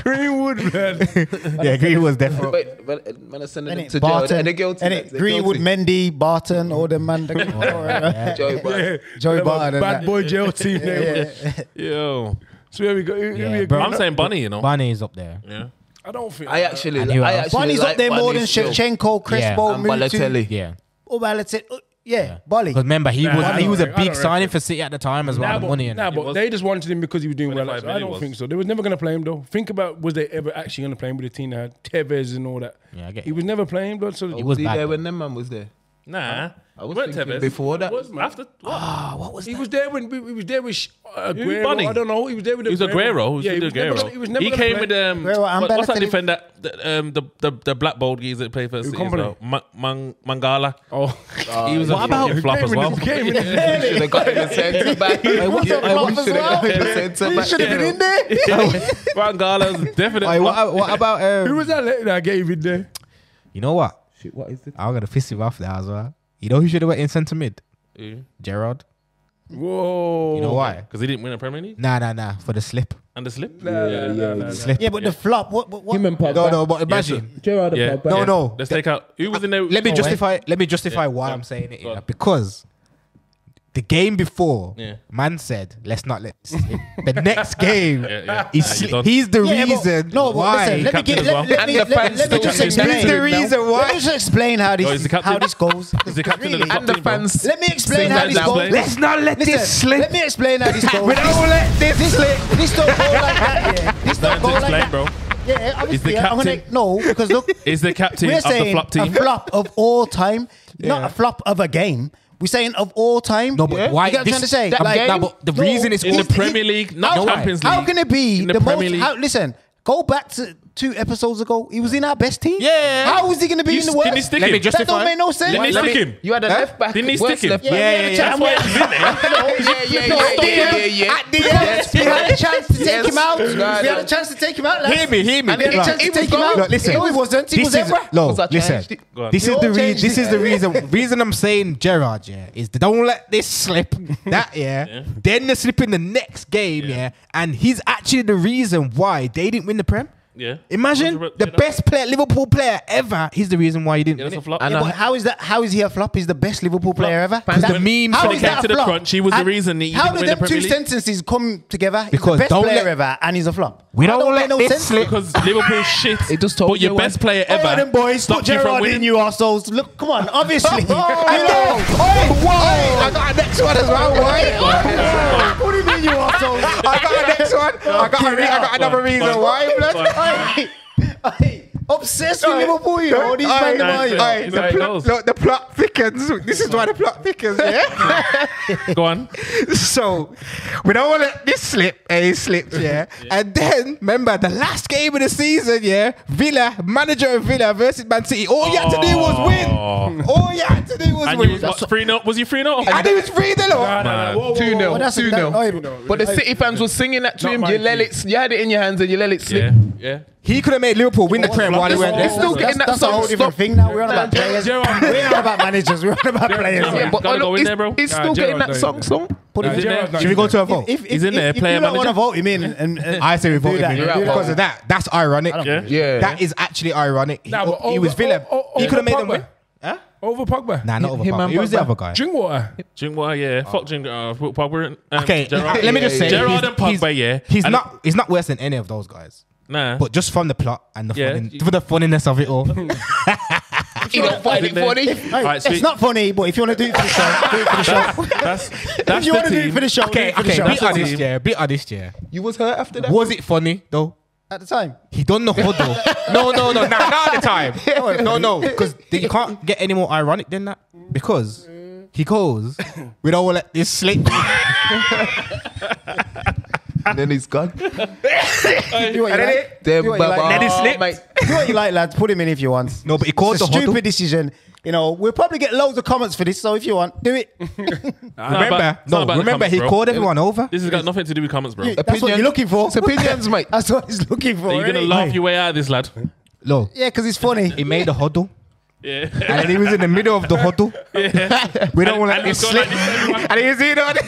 Speaker 5: Greenwood, man.
Speaker 1: yeah, Green was dead.
Speaker 4: Wait, when, when I send them
Speaker 3: Innit?
Speaker 4: to jail,
Speaker 3: Barton,
Speaker 4: and they're guilty.
Speaker 3: innit?
Speaker 4: lads, they're
Speaker 3: Greenwood,
Speaker 4: guilty.
Speaker 3: Mendy, Barton, all them man.
Speaker 4: Joey Barton.
Speaker 3: Joey Barton and
Speaker 5: Bad
Speaker 3: that.
Speaker 5: boy jail team name.
Speaker 2: Yo.
Speaker 5: So here we go. Here
Speaker 1: Yeah,
Speaker 5: we
Speaker 1: bro.
Speaker 5: go.
Speaker 2: I'm saying Bunny, you know.
Speaker 1: Barney is up there.
Speaker 2: Yeah.
Speaker 5: I don't think.
Speaker 4: I actually,
Speaker 1: And who
Speaker 4: I
Speaker 1: else?
Speaker 4: actually
Speaker 3: Bonnie's
Speaker 4: like
Speaker 3: up there more than
Speaker 4: Bonnie still.
Speaker 3: Shevchenko, Crespo,
Speaker 4: and
Speaker 3: Mutu,
Speaker 4: Balotelli.
Speaker 1: Yeah.
Speaker 3: or Balotelli. Uh, Yeah, Bolly.
Speaker 1: Because remember, he
Speaker 5: Nah,
Speaker 1: was
Speaker 5: I
Speaker 1: he was a
Speaker 5: don't reckon- I
Speaker 1: big
Speaker 5: don't
Speaker 1: signing for City at the time as well.
Speaker 5: Nah,
Speaker 1: the
Speaker 5: but,
Speaker 1: money and
Speaker 5: nah,
Speaker 1: that.
Speaker 5: but
Speaker 2: was-
Speaker 5: they just wanted him because he was doing well.
Speaker 2: 25
Speaker 5: I
Speaker 2: million
Speaker 5: don't
Speaker 2: was.
Speaker 5: think so. They was never going to play him though. Think about was they ever actually going to play him with the team that had Tevez and all that?
Speaker 1: Yeah, I get
Speaker 5: He
Speaker 1: you.
Speaker 5: was never playing, blood. So
Speaker 1: It
Speaker 4: Was
Speaker 1: was
Speaker 4: he
Speaker 1: bad.
Speaker 4: there
Speaker 1: though.
Speaker 4: when them man was there?
Speaker 2: Nah.
Speaker 4: I was
Speaker 2: Weren't
Speaker 4: thinking
Speaker 2: Tevez.
Speaker 4: before that.
Speaker 2: Was, man. After, what?
Speaker 5: he was there when he was there with Sh- uh, Aguero.
Speaker 2: Bunny?
Speaker 5: I don't know. He was there with
Speaker 2: He was Aguero. He was
Speaker 5: Yeah,
Speaker 2: with
Speaker 5: he was never
Speaker 2: Aguero.
Speaker 5: gonna- He was never.
Speaker 2: he
Speaker 5: gonna
Speaker 2: came
Speaker 5: play.
Speaker 2: with um,
Speaker 3: Aguero and
Speaker 2: what- what's that
Speaker 3: Balotelli.
Speaker 2: defender? The, um, the the the black bald geezer that played for City as
Speaker 5: Kompany?
Speaker 2: well. Ma- Mang- Mangala.
Speaker 5: Oh,
Speaker 2: he was a
Speaker 1: What about-
Speaker 2: fucking flop as well.
Speaker 5: He came in the
Speaker 4: We should have got him a centre back.
Speaker 1: what's up,
Speaker 4: Yeah,
Speaker 1: Klopp
Speaker 4: we
Speaker 1: as
Speaker 4: should have got him a centre back.
Speaker 3: should have been in there.
Speaker 2: Mangala's definitely.
Speaker 1: Oi, what, what about um,
Speaker 5: Who was that lady that gave in there?
Speaker 1: You know what?
Speaker 4: Shit, what is it?
Speaker 1: I'm gonna piss him off now as well. You know who should have went in centre mid? Gerard.
Speaker 5: Whoa.
Speaker 1: You know why?
Speaker 2: Because he didn't win a Premier League
Speaker 1: Nah, nah, nah. For the slip.
Speaker 2: and the slip.
Speaker 5: Yeah, yeah, yeah.
Speaker 1: Slip.
Speaker 3: Yeah, but the flop. What? What? what?
Speaker 4: Pogba.
Speaker 1: No, no. But
Speaker 2: Yeah, so-
Speaker 1: imagine.
Speaker 4: Gerrard and
Speaker 2: Yeah.
Speaker 4: Pogba.
Speaker 1: No,
Speaker 2: Yeah.
Speaker 1: no.
Speaker 2: Let's take out. Who was in there?
Speaker 1: Let me
Speaker 2: Oh,
Speaker 1: justify. Let me justify why I'm saying it.
Speaker 2: Go
Speaker 1: yeah,
Speaker 2: on.
Speaker 1: because the game before,
Speaker 2: Yeah.
Speaker 1: man said, "Let's not let." it slip." the next game,
Speaker 2: Yeah, yeah.
Speaker 1: he
Speaker 2: Yeah,
Speaker 1: sli-
Speaker 2: you done.
Speaker 1: he's the
Speaker 3: Yeah, but-
Speaker 1: reason
Speaker 3: no, but
Speaker 1: why.
Speaker 3: listen, let me
Speaker 2: Captain
Speaker 3: get,
Speaker 2: as
Speaker 3: let,
Speaker 2: well.
Speaker 3: let,
Speaker 4: And
Speaker 3: me,
Speaker 4: the
Speaker 3: let, let
Speaker 4: fans
Speaker 3: me
Speaker 4: still
Speaker 3: just
Speaker 4: want him
Speaker 3: explain.
Speaker 4: back.
Speaker 1: He's the reason
Speaker 3: Let
Speaker 1: why.
Speaker 3: me just explain how this
Speaker 2: he's Oh, the captain.
Speaker 3: how this goes.
Speaker 2: He's the captain of the
Speaker 4: And the
Speaker 2: team, bro.
Speaker 4: fans.
Speaker 3: Let me explain
Speaker 2: Sing
Speaker 3: how
Speaker 2: that
Speaker 3: this
Speaker 2: down,
Speaker 3: goes.
Speaker 2: please.
Speaker 1: Let's not let
Speaker 3: Listen,
Speaker 1: this slip.
Speaker 3: Let me explain how this goes.
Speaker 1: we don't let this,
Speaker 3: this,
Speaker 1: slip.
Speaker 3: this don't go like that. Yeah. This don't
Speaker 2: Time
Speaker 3: go
Speaker 2: to
Speaker 3: like
Speaker 2: explain,
Speaker 3: that.
Speaker 2: bro.
Speaker 3: Yeah, obviously,
Speaker 2: the
Speaker 3: I'm gonna
Speaker 2: captain.
Speaker 3: no because look,
Speaker 2: Is the captain
Speaker 3: we're
Speaker 2: of the
Speaker 3: saying
Speaker 2: flop
Speaker 3: a
Speaker 2: team?
Speaker 3: flop of all time, not a flop of a game. We're saying of all time.
Speaker 1: No, but why?
Speaker 3: You get what I'm
Speaker 1: this-
Speaker 3: trying to say?
Speaker 1: that-
Speaker 3: Like-
Speaker 1: that- but the
Speaker 3: No,
Speaker 1: reason it's
Speaker 2: in the
Speaker 1: called-
Speaker 2: Premier League, not
Speaker 1: No way.
Speaker 2: Champions League.
Speaker 3: How can it be
Speaker 2: in
Speaker 3: the,
Speaker 2: the Premier
Speaker 3: most?
Speaker 2: League?
Speaker 3: How, listen, go back to two episodes ago. He was in our best team.
Speaker 1: Yeah.
Speaker 3: How is he going to be
Speaker 2: You
Speaker 3: in the
Speaker 2: s-
Speaker 3: worst?
Speaker 2: didn't he stick
Speaker 1: Let me
Speaker 2: him?
Speaker 1: justify.
Speaker 3: that don't make no sense.
Speaker 2: Didn't he
Speaker 4: Let
Speaker 2: stick
Speaker 4: me-
Speaker 2: him?
Speaker 4: You had a left back.
Speaker 2: Didn't he
Speaker 4: worst
Speaker 2: stick him?
Speaker 4: left
Speaker 3: yeah,
Speaker 4: back.
Speaker 1: Yeah,
Speaker 3: yeah,
Speaker 1: yeah,
Speaker 3: yeah,
Speaker 1: yeah.
Speaker 2: That's why he's in there.
Speaker 4: Yeah, yeah, yeah,
Speaker 3: No,
Speaker 4: yeah,
Speaker 3: yeah,
Speaker 4: yeah, yeah.
Speaker 1: At the end,
Speaker 3: Yes, we had a chance to
Speaker 4: Yes.
Speaker 3: take him out.
Speaker 4: Nah,
Speaker 3: we had
Speaker 4: nah.
Speaker 3: a chance to take him out. lads.
Speaker 1: Hear me, hear me.
Speaker 3: And then
Speaker 1: Right.
Speaker 3: chance
Speaker 4: He
Speaker 3: to
Speaker 4: was
Speaker 3: take him
Speaker 4: gone.
Speaker 3: out.
Speaker 1: No, listen.
Speaker 3: No, he wasn't. He
Speaker 1: this
Speaker 3: was
Speaker 1: is
Speaker 3: Ebra.
Speaker 1: no.
Speaker 4: Was I
Speaker 1: Listen.
Speaker 4: changed?
Speaker 2: Go on.
Speaker 1: This
Speaker 3: You
Speaker 1: is
Speaker 3: all
Speaker 1: the re-
Speaker 3: changed
Speaker 1: this
Speaker 3: it.
Speaker 1: is the reason reason I'm saying Gerard yeah is the don't let this slip that yeah, then they slip in the next game yeah. and he's actually the reason why they didn't win the prem.
Speaker 2: Yeah.
Speaker 1: Imagine
Speaker 2: Hundred per-
Speaker 1: the
Speaker 2: yeah,
Speaker 1: best player Liverpool player ever. He's the reason why he didn't.
Speaker 2: Yeah,
Speaker 1: win
Speaker 2: that's
Speaker 1: it.
Speaker 2: a flop.
Speaker 4: And
Speaker 3: Yeah,
Speaker 4: I-
Speaker 3: but how is that? How is he a flop? He's the best Liverpool player ever.
Speaker 1: Because
Speaker 3: That-
Speaker 1: the memes
Speaker 3: how
Speaker 1: when
Speaker 3: is
Speaker 1: it came
Speaker 3: that
Speaker 2: to
Speaker 3: a
Speaker 2: the
Speaker 3: flop?
Speaker 2: crunch, he was the
Speaker 3: And
Speaker 2: reason he didn't
Speaker 3: How did
Speaker 2: win the
Speaker 3: them two
Speaker 2: Premier League?
Speaker 3: sentences come together? He's
Speaker 1: Because
Speaker 3: the best
Speaker 1: don't
Speaker 3: player
Speaker 1: let-
Speaker 3: ever, and he's a flop.
Speaker 1: We don't,
Speaker 3: That
Speaker 1: let
Speaker 3: make no
Speaker 1: this
Speaker 3: sense.
Speaker 1: slip.
Speaker 2: Because Liverpool shit.
Speaker 4: It just
Speaker 2: but
Speaker 4: told
Speaker 2: your
Speaker 4: you
Speaker 2: best
Speaker 4: one-
Speaker 2: player
Speaker 3: All right,
Speaker 2: ever.
Speaker 3: then, boys. Put
Speaker 2: stopped you from
Speaker 3: Gerrard in,
Speaker 2: winning.
Speaker 3: you arseholes. Look, come on. Obviously.
Speaker 1: Oh,
Speaker 3: I know.
Speaker 1: oh, wow. I got a next one as well. Why?
Speaker 3: What do you mean you arseholes?
Speaker 1: I got a next one. I got, a re- I got another reason why. blood.
Speaker 3: Oi, oi. Obsessed with Liverpool, you know. These
Speaker 1: Aye,
Speaker 3: men them
Speaker 2: no,
Speaker 3: are, you
Speaker 2: no.
Speaker 3: know.
Speaker 1: aye,
Speaker 2: You know how
Speaker 1: the,
Speaker 2: it
Speaker 1: plot,
Speaker 2: goes.
Speaker 1: look, the plot thickens. This is why the plot thickens, yeah?
Speaker 2: Go on.
Speaker 1: so, we don't want to let this slip, and it slips, yeah? And then, remember, the last game of the season, yeah? Villa, manager of Villa versus Man City. All you had to do was win. All you had to do was
Speaker 2: Oh. And you
Speaker 1: win.
Speaker 2: was what, three nil? Was you three nil?
Speaker 1: And it was 3 0.
Speaker 2: Man,
Speaker 6: Two
Speaker 3: But
Speaker 6: 0
Speaker 3: that's
Speaker 6: Two 0
Speaker 3: that- aye,
Speaker 6: But the City fans were singing that to
Speaker 5: Not
Speaker 6: him.
Speaker 5: my
Speaker 6: You let
Speaker 5: team.
Speaker 6: it. You had it in your hands and you let it slip.
Speaker 2: yeah, yeah.
Speaker 1: He could have made Liverpool
Speaker 3: Oh,
Speaker 1: win the Prem while he
Speaker 6: It's-
Speaker 1: went
Speaker 6: it's
Speaker 1: there.
Speaker 6: still
Speaker 3: that's,
Speaker 6: getting that
Speaker 3: that's a
Speaker 6: song.
Speaker 3: whole
Speaker 6: Stop.
Speaker 3: different thing now. We're on about
Speaker 6: Yeah,
Speaker 3: players.
Speaker 5: Gerard.
Speaker 3: We're on about managers. We're on about players.
Speaker 6: Yeah, but
Speaker 2: Gotta
Speaker 6: oh,
Speaker 2: go
Speaker 6: look,
Speaker 2: in there, bro.
Speaker 6: it's, it's
Speaker 5: Nah,
Speaker 6: still getting
Speaker 5: Gerrard's
Speaker 6: that
Speaker 5: not
Speaker 6: song.
Speaker 5: in
Speaker 6: song.
Speaker 3: Put
Speaker 2: Nah,
Speaker 3: it in.
Speaker 2: Gerrard's not
Speaker 1: Should we
Speaker 2: in
Speaker 1: go
Speaker 2: there.
Speaker 1: to a vote?
Speaker 3: If, if,
Speaker 2: He's in
Speaker 3: if-
Speaker 2: there,
Speaker 3: if
Speaker 2: player
Speaker 3: you don't want
Speaker 2: manager.
Speaker 3: to vote him in, and, and
Speaker 1: I say we voted
Speaker 3: that.
Speaker 1: him in
Speaker 6: Yeah,
Speaker 1: because
Speaker 6: well.
Speaker 1: of that. That's ironic.
Speaker 2: Yeah.
Speaker 6: Yeah.
Speaker 1: That is actually ironic. He,
Speaker 5: Nah, but
Speaker 1: he
Speaker 5: over-
Speaker 1: was villain.
Speaker 5: o- o-
Speaker 1: he could have made
Speaker 5: over
Speaker 1: them win.
Speaker 5: Pogba. Over Pogba.
Speaker 1: Nah, not over
Speaker 6: him
Speaker 1: Pogba.
Speaker 6: and
Speaker 1: He was the
Speaker 6: Pogba.
Speaker 1: other guy.
Speaker 5: Drink water.
Speaker 2: Drinkwater, yeah. Fuck Drinkwater. Uh, fuck Pogba. Um,
Speaker 1: Okay,
Speaker 2: Gerrard.
Speaker 1: let me just say,
Speaker 2: Gerrard
Speaker 1: he's-
Speaker 2: and Pogba, yeah.
Speaker 1: He's
Speaker 2: And-
Speaker 1: not. He's not worse than any of those guys.
Speaker 2: Nah.
Speaker 1: But just from the plot and the
Speaker 2: Yeah.
Speaker 1: fun in, for the funniness of it all.
Speaker 6: You don't find it
Speaker 2: Isn't there?
Speaker 6: funny.
Speaker 3: Aye,
Speaker 2: Alright,
Speaker 3: it's
Speaker 2: sweet.
Speaker 3: not funny, but if you want to do it for the show, do it for the show.
Speaker 2: That's
Speaker 3: if
Speaker 2: that's
Speaker 3: you
Speaker 2: the
Speaker 3: want to do it
Speaker 2: team.
Speaker 3: for the show, do
Speaker 1: okay,
Speaker 3: it for the
Speaker 1: okay.
Speaker 3: show.
Speaker 1: Be
Speaker 2: That's the
Speaker 1: honest,
Speaker 2: team.
Speaker 1: yeah. Be honest, yeah.
Speaker 4: You was hurt after that?
Speaker 1: Was it funny though?
Speaker 3: At the time,
Speaker 1: He done the huddle. no, no, no. Nah, not the time. No, no. Because you can't get any more ironic than that. Because he goes, we don't want to let this slip.
Speaker 4: And then he's gone.
Speaker 3: do what you like.
Speaker 4: Them
Speaker 3: Do what you like.
Speaker 4: baba-
Speaker 1: it slip.
Speaker 6: mate.
Speaker 3: Do what you like, lads. Put him in if you want.
Speaker 1: No, but he called
Speaker 3: it's a
Speaker 1: the huddle.
Speaker 3: stupid decision. You know, we'll probably get loads of comments for this. So if you want, do it.
Speaker 2: not
Speaker 1: Remember,
Speaker 2: about- it's not
Speaker 1: no,
Speaker 2: about the
Speaker 1: remember
Speaker 2: comments,
Speaker 1: he
Speaker 2: bro.
Speaker 1: called everyone over.
Speaker 2: This has got nothing to do with comments, bro. You're
Speaker 3: That's what
Speaker 4: Opinion-
Speaker 3: you're looking for.
Speaker 4: It's opinions, mate.
Speaker 3: That's what he's looking for.
Speaker 2: gonna
Speaker 3: innit?
Speaker 2: laugh your way out of this, lad.
Speaker 1: No,
Speaker 3: Yeah, because it's funny.
Speaker 1: he made the huddle.
Speaker 2: Yeah.
Speaker 1: And then he was in the middle of the huddle. we don't want to let
Speaker 2: and
Speaker 1: this
Speaker 2: he's gone like
Speaker 1: slip.
Speaker 2: this, everyone.
Speaker 1: and he's in on it.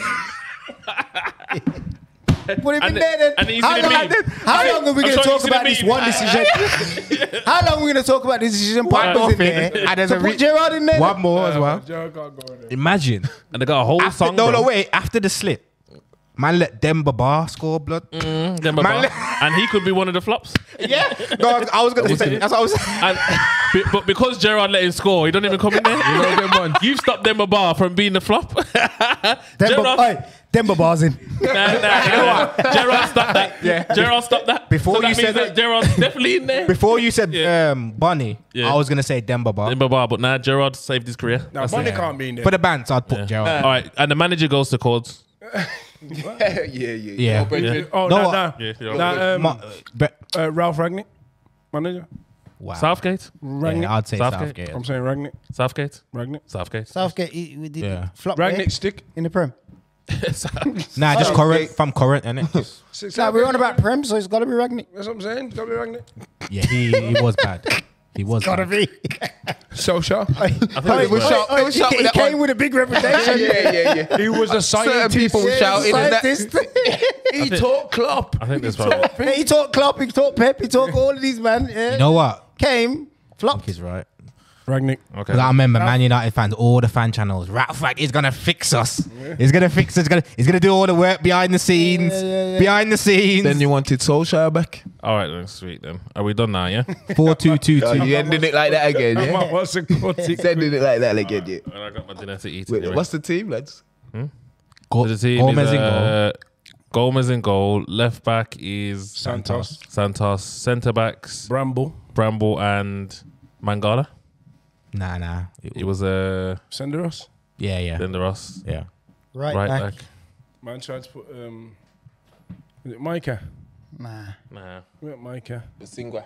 Speaker 3: Put him in
Speaker 2: And the-
Speaker 3: there then.
Speaker 2: and he's
Speaker 3: how,
Speaker 2: in the
Speaker 3: long,
Speaker 2: meme.
Speaker 3: how long are
Speaker 2: I'm
Speaker 3: we going to
Speaker 2: sorry,
Speaker 3: talk
Speaker 2: he's in
Speaker 3: about
Speaker 2: the
Speaker 3: this
Speaker 2: meme.
Speaker 3: one decision? how long are we going to talk about this decision?
Speaker 1: One
Speaker 3: Pogba's
Speaker 1: more
Speaker 3: in
Speaker 1: thing.
Speaker 3: there.
Speaker 1: And there's
Speaker 3: So
Speaker 1: a
Speaker 3: put
Speaker 1: re-
Speaker 3: Gerard in there.
Speaker 1: one more as well.
Speaker 5: Gerard can't go in there.
Speaker 1: Imagine.
Speaker 2: And they got a whole
Speaker 1: After,
Speaker 2: song.
Speaker 1: no,
Speaker 2: bro.
Speaker 1: no, wait. After the slip, man let Demba Bar score blood.
Speaker 2: Them above.
Speaker 1: Man,
Speaker 2: and he could be one of the flops.
Speaker 1: Yeah. No, I- I was going to say. That's what I was
Speaker 2: And be- but because Gerard let him score, he don't even come in there. You know them one. You've stopped them a bar from being the flop.
Speaker 3: Demba,
Speaker 2: Gerard-
Speaker 3: aye, Demba Bar's in.
Speaker 2: Nah, nah, you know what? Gerard stopped that.
Speaker 1: Yeah.
Speaker 2: Gerard stopped that.
Speaker 1: Before
Speaker 2: so that
Speaker 1: you
Speaker 2: means
Speaker 1: said that-
Speaker 2: Gerard's definitely in there.
Speaker 1: Before you said
Speaker 2: Yeah.
Speaker 1: um, Bunny,
Speaker 2: Yeah.
Speaker 1: I was going to say Demba Bar.
Speaker 2: Remember bar, but now Gerard saved his career.
Speaker 5: Nah,
Speaker 2: That's
Speaker 5: Bonnie
Speaker 2: it.
Speaker 5: can't be in there.
Speaker 1: For the bands, I'd put Gerard.
Speaker 2: All right, and the manager goes to Cords.
Speaker 4: yeah, yeah, yeah.
Speaker 1: Yeah.
Speaker 4: No, Brendan.
Speaker 5: oh,
Speaker 1: No,
Speaker 5: no,
Speaker 1: uh,
Speaker 5: nah,
Speaker 2: Yeah, yeah.
Speaker 5: nah. Nah, um,
Speaker 1: Ma- uh, but,
Speaker 5: uh, Ralph Ragnick, manager.
Speaker 1: wow.
Speaker 2: Southgate,
Speaker 5: Ragnick.
Speaker 1: Yeah, I'd say
Speaker 2: Southgate.
Speaker 1: Southgate.
Speaker 5: I'm saying Ragnick.
Speaker 2: Southgate,
Speaker 5: Ragnick.
Speaker 2: Southgate.
Speaker 3: Southgate, he, we did
Speaker 1: Yeah.
Speaker 3: flop there
Speaker 5: Ragnick stick.
Speaker 3: in the Prem.
Speaker 1: Nah, just
Speaker 4: Southgate.
Speaker 1: current from current, innit?
Speaker 5: Six
Speaker 3: Nah,
Speaker 5: out
Speaker 3: we're
Speaker 5: there.
Speaker 3: on about Prem, so it's got to be Ragnick.
Speaker 5: That's what I'm saying. W Ragnick.
Speaker 1: yeah, he, he was bad. He was.
Speaker 3: Got to
Speaker 1: bad.
Speaker 3: be.
Speaker 5: So sharp.
Speaker 2: I think it was
Speaker 4: shout-
Speaker 3: Oi, oi,
Speaker 4: they were
Speaker 3: he
Speaker 4: shouting
Speaker 3: he
Speaker 4: that
Speaker 3: came
Speaker 4: one.
Speaker 3: with a big reputation.
Speaker 4: yeah, yeah, yeah.
Speaker 5: He was a
Speaker 4: Certain
Speaker 5: scientist.
Speaker 4: people shouting and that.
Speaker 3: Scientist.
Speaker 4: He taught Klopp.
Speaker 2: I think that's probably.
Speaker 3: Yeah, he taught Klopp, he taught Pep, he taught all of these man. Yeah.
Speaker 1: You know what?
Speaker 3: came, flopped.
Speaker 1: He's right.
Speaker 5: Ragnick.
Speaker 2: Okay.
Speaker 1: 'Cause I remember Man United fans, all the fan channels. Ralph Rag is gonna fix us. He's gonna fix us. He's gonna, he's gonna do all the work behind the scenes.
Speaker 3: yeah, yeah.
Speaker 1: Behind the scenes.
Speaker 4: Then you wanted Solskjaer back.
Speaker 2: All right, then sweet. Then are we done now? Yeah.
Speaker 1: four two two
Speaker 4: Oh,
Speaker 1: two.
Speaker 4: you ending it like that again, yeah?
Speaker 5: Man, what's it called?
Speaker 4: He's ending it like that again, yeah.
Speaker 2: Well, I got my dinner to eat.
Speaker 4: Wait,
Speaker 2: anyway.
Speaker 4: what's the team, lads?
Speaker 1: Go-
Speaker 2: the team?
Speaker 1: Gomez
Speaker 2: is,
Speaker 1: in goal.
Speaker 2: uh, Gomez in goal. Left back is
Speaker 5: Santos.
Speaker 2: Santos. Centre backs
Speaker 5: Bramble.
Speaker 2: Bramble and Mangala.
Speaker 1: Nah, nah.
Speaker 2: It was uh,
Speaker 5: Senderos.
Speaker 1: Yeah, yeah,
Speaker 2: then the Ross.
Speaker 1: yeah.
Speaker 3: Right,
Speaker 2: Right
Speaker 3: back.
Speaker 2: back.
Speaker 5: Man tried to put um is it Micah?
Speaker 3: Nah.
Speaker 2: Nah.
Speaker 5: Where Micah?
Speaker 4: Singwa.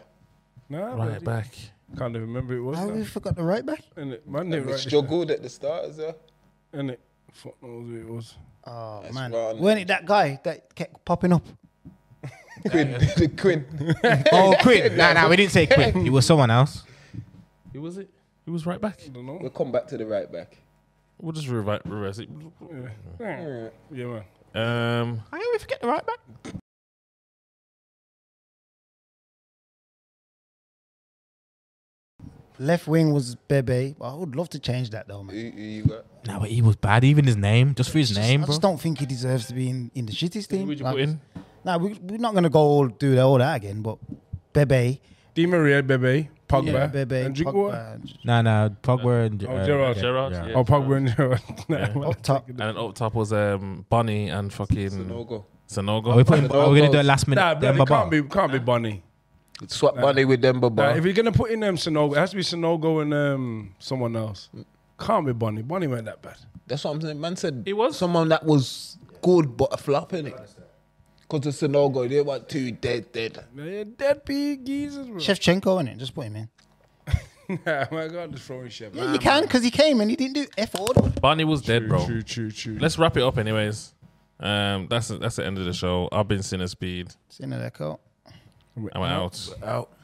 Speaker 5: Nah,
Speaker 2: Right
Speaker 5: but
Speaker 2: back.
Speaker 5: can't even remember it was.
Speaker 3: How
Speaker 5: now.
Speaker 3: we forgot the right back?
Speaker 5: Innit? Man didn't write this
Speaker 4: Struggled at the start as well.
Speaker 5: down, innit? Fuck knows who it was.
Speaker 3: Oh man,
Speaker 4: rotten.
Speaker 3: weren't it that guy that kept popping up?
Speaker 4: Quinn, the Quinn.
Speaker 1: Oh, Quinn. nah, nah. We didn't say Quinn. It was someone else.
Speaker 2: Who was it? Who was right back?
Speaker 5: I don't know.
Speaker 4: We'll come back to the right back.
Speaker 2: We'll just revi- reverse it.
Speaker 5: Yeah, yeah man.
Speaker 2: Um,
Speaker 1: I always forget the right back.
Speaker 3: Left wing was Bebe. I would love to change that though, man.
Speaker 4: Who, who you got?
Speaker 1: Nah, but he was bad. Even his name, just for his name,
Speaker 3: I
Speaker 1: bro.
Speaker 3: just don't think he deserves to be in, in the shittiest team.
Speaker 2: who would you
Speaker 3: Like,
Speaker 2: put in?
Speaker 3: Nah, we, we're not gonna go all do all that again. But Bebe,
Speaker 5: Di Maria, Bebe, Pogba,
Speaker 3: yeah, Bebe,
Speaker 5: and drink water.
Speaker 3: Pogba,
Speaker 1: Nah, nah. Pogba and uh,
Speaker 5: Oh, Gerrard.
Speaker 2: Gerrard. Yeah.
Speaker 5: Oh, Pogba and Gerard. Nah, man.
Speaker 3: up Oh, top.
Speaker 2: And then up top was um, Bonnie and fucking
Speaker 4: No go.
Speaker 2: Sanogo.
Speaker 1: Are we putting? Are we gonna do a last minute?
Speaker 5: Nah, bloody
Speaker 1: Demba Ba?
Speaker 5: can't be, can't be Bonnie.
Speaker 4: Swap money with them,
Speaker 5: Nah,
Speaker 4: Baba.
Speaker 5: if you're gonna put in them Sonogo, it has to be Sonogo and um, someone else. Can't be Bonnie. Bonnie weren't that bad.
Speaker 4: That's what I'm saying. Man said
Speaker 2: He was.
Speaker 4: someone that was good but a flop in it. Because it's no go. They want two dead, dead.
Speaker 5: They're dead big geezers, bro.
Speaker 3: Shevchenko in it. Just put him in.
Speaker 5: nah, my God, just throwing shit.
Speaker 3: Yeah, you can because he came and he didn't do F order.
Speaker 2: Barney was dead, bro.
Speaker 5: True, true, true.
Speaker 2: Let's wrap it up, anyways. Um, that's that's the end of the show. I've been Sinner Speed.
Speaker 3: It's in that coat.
Speaker 2: I'm out.
Speaker 4: Out.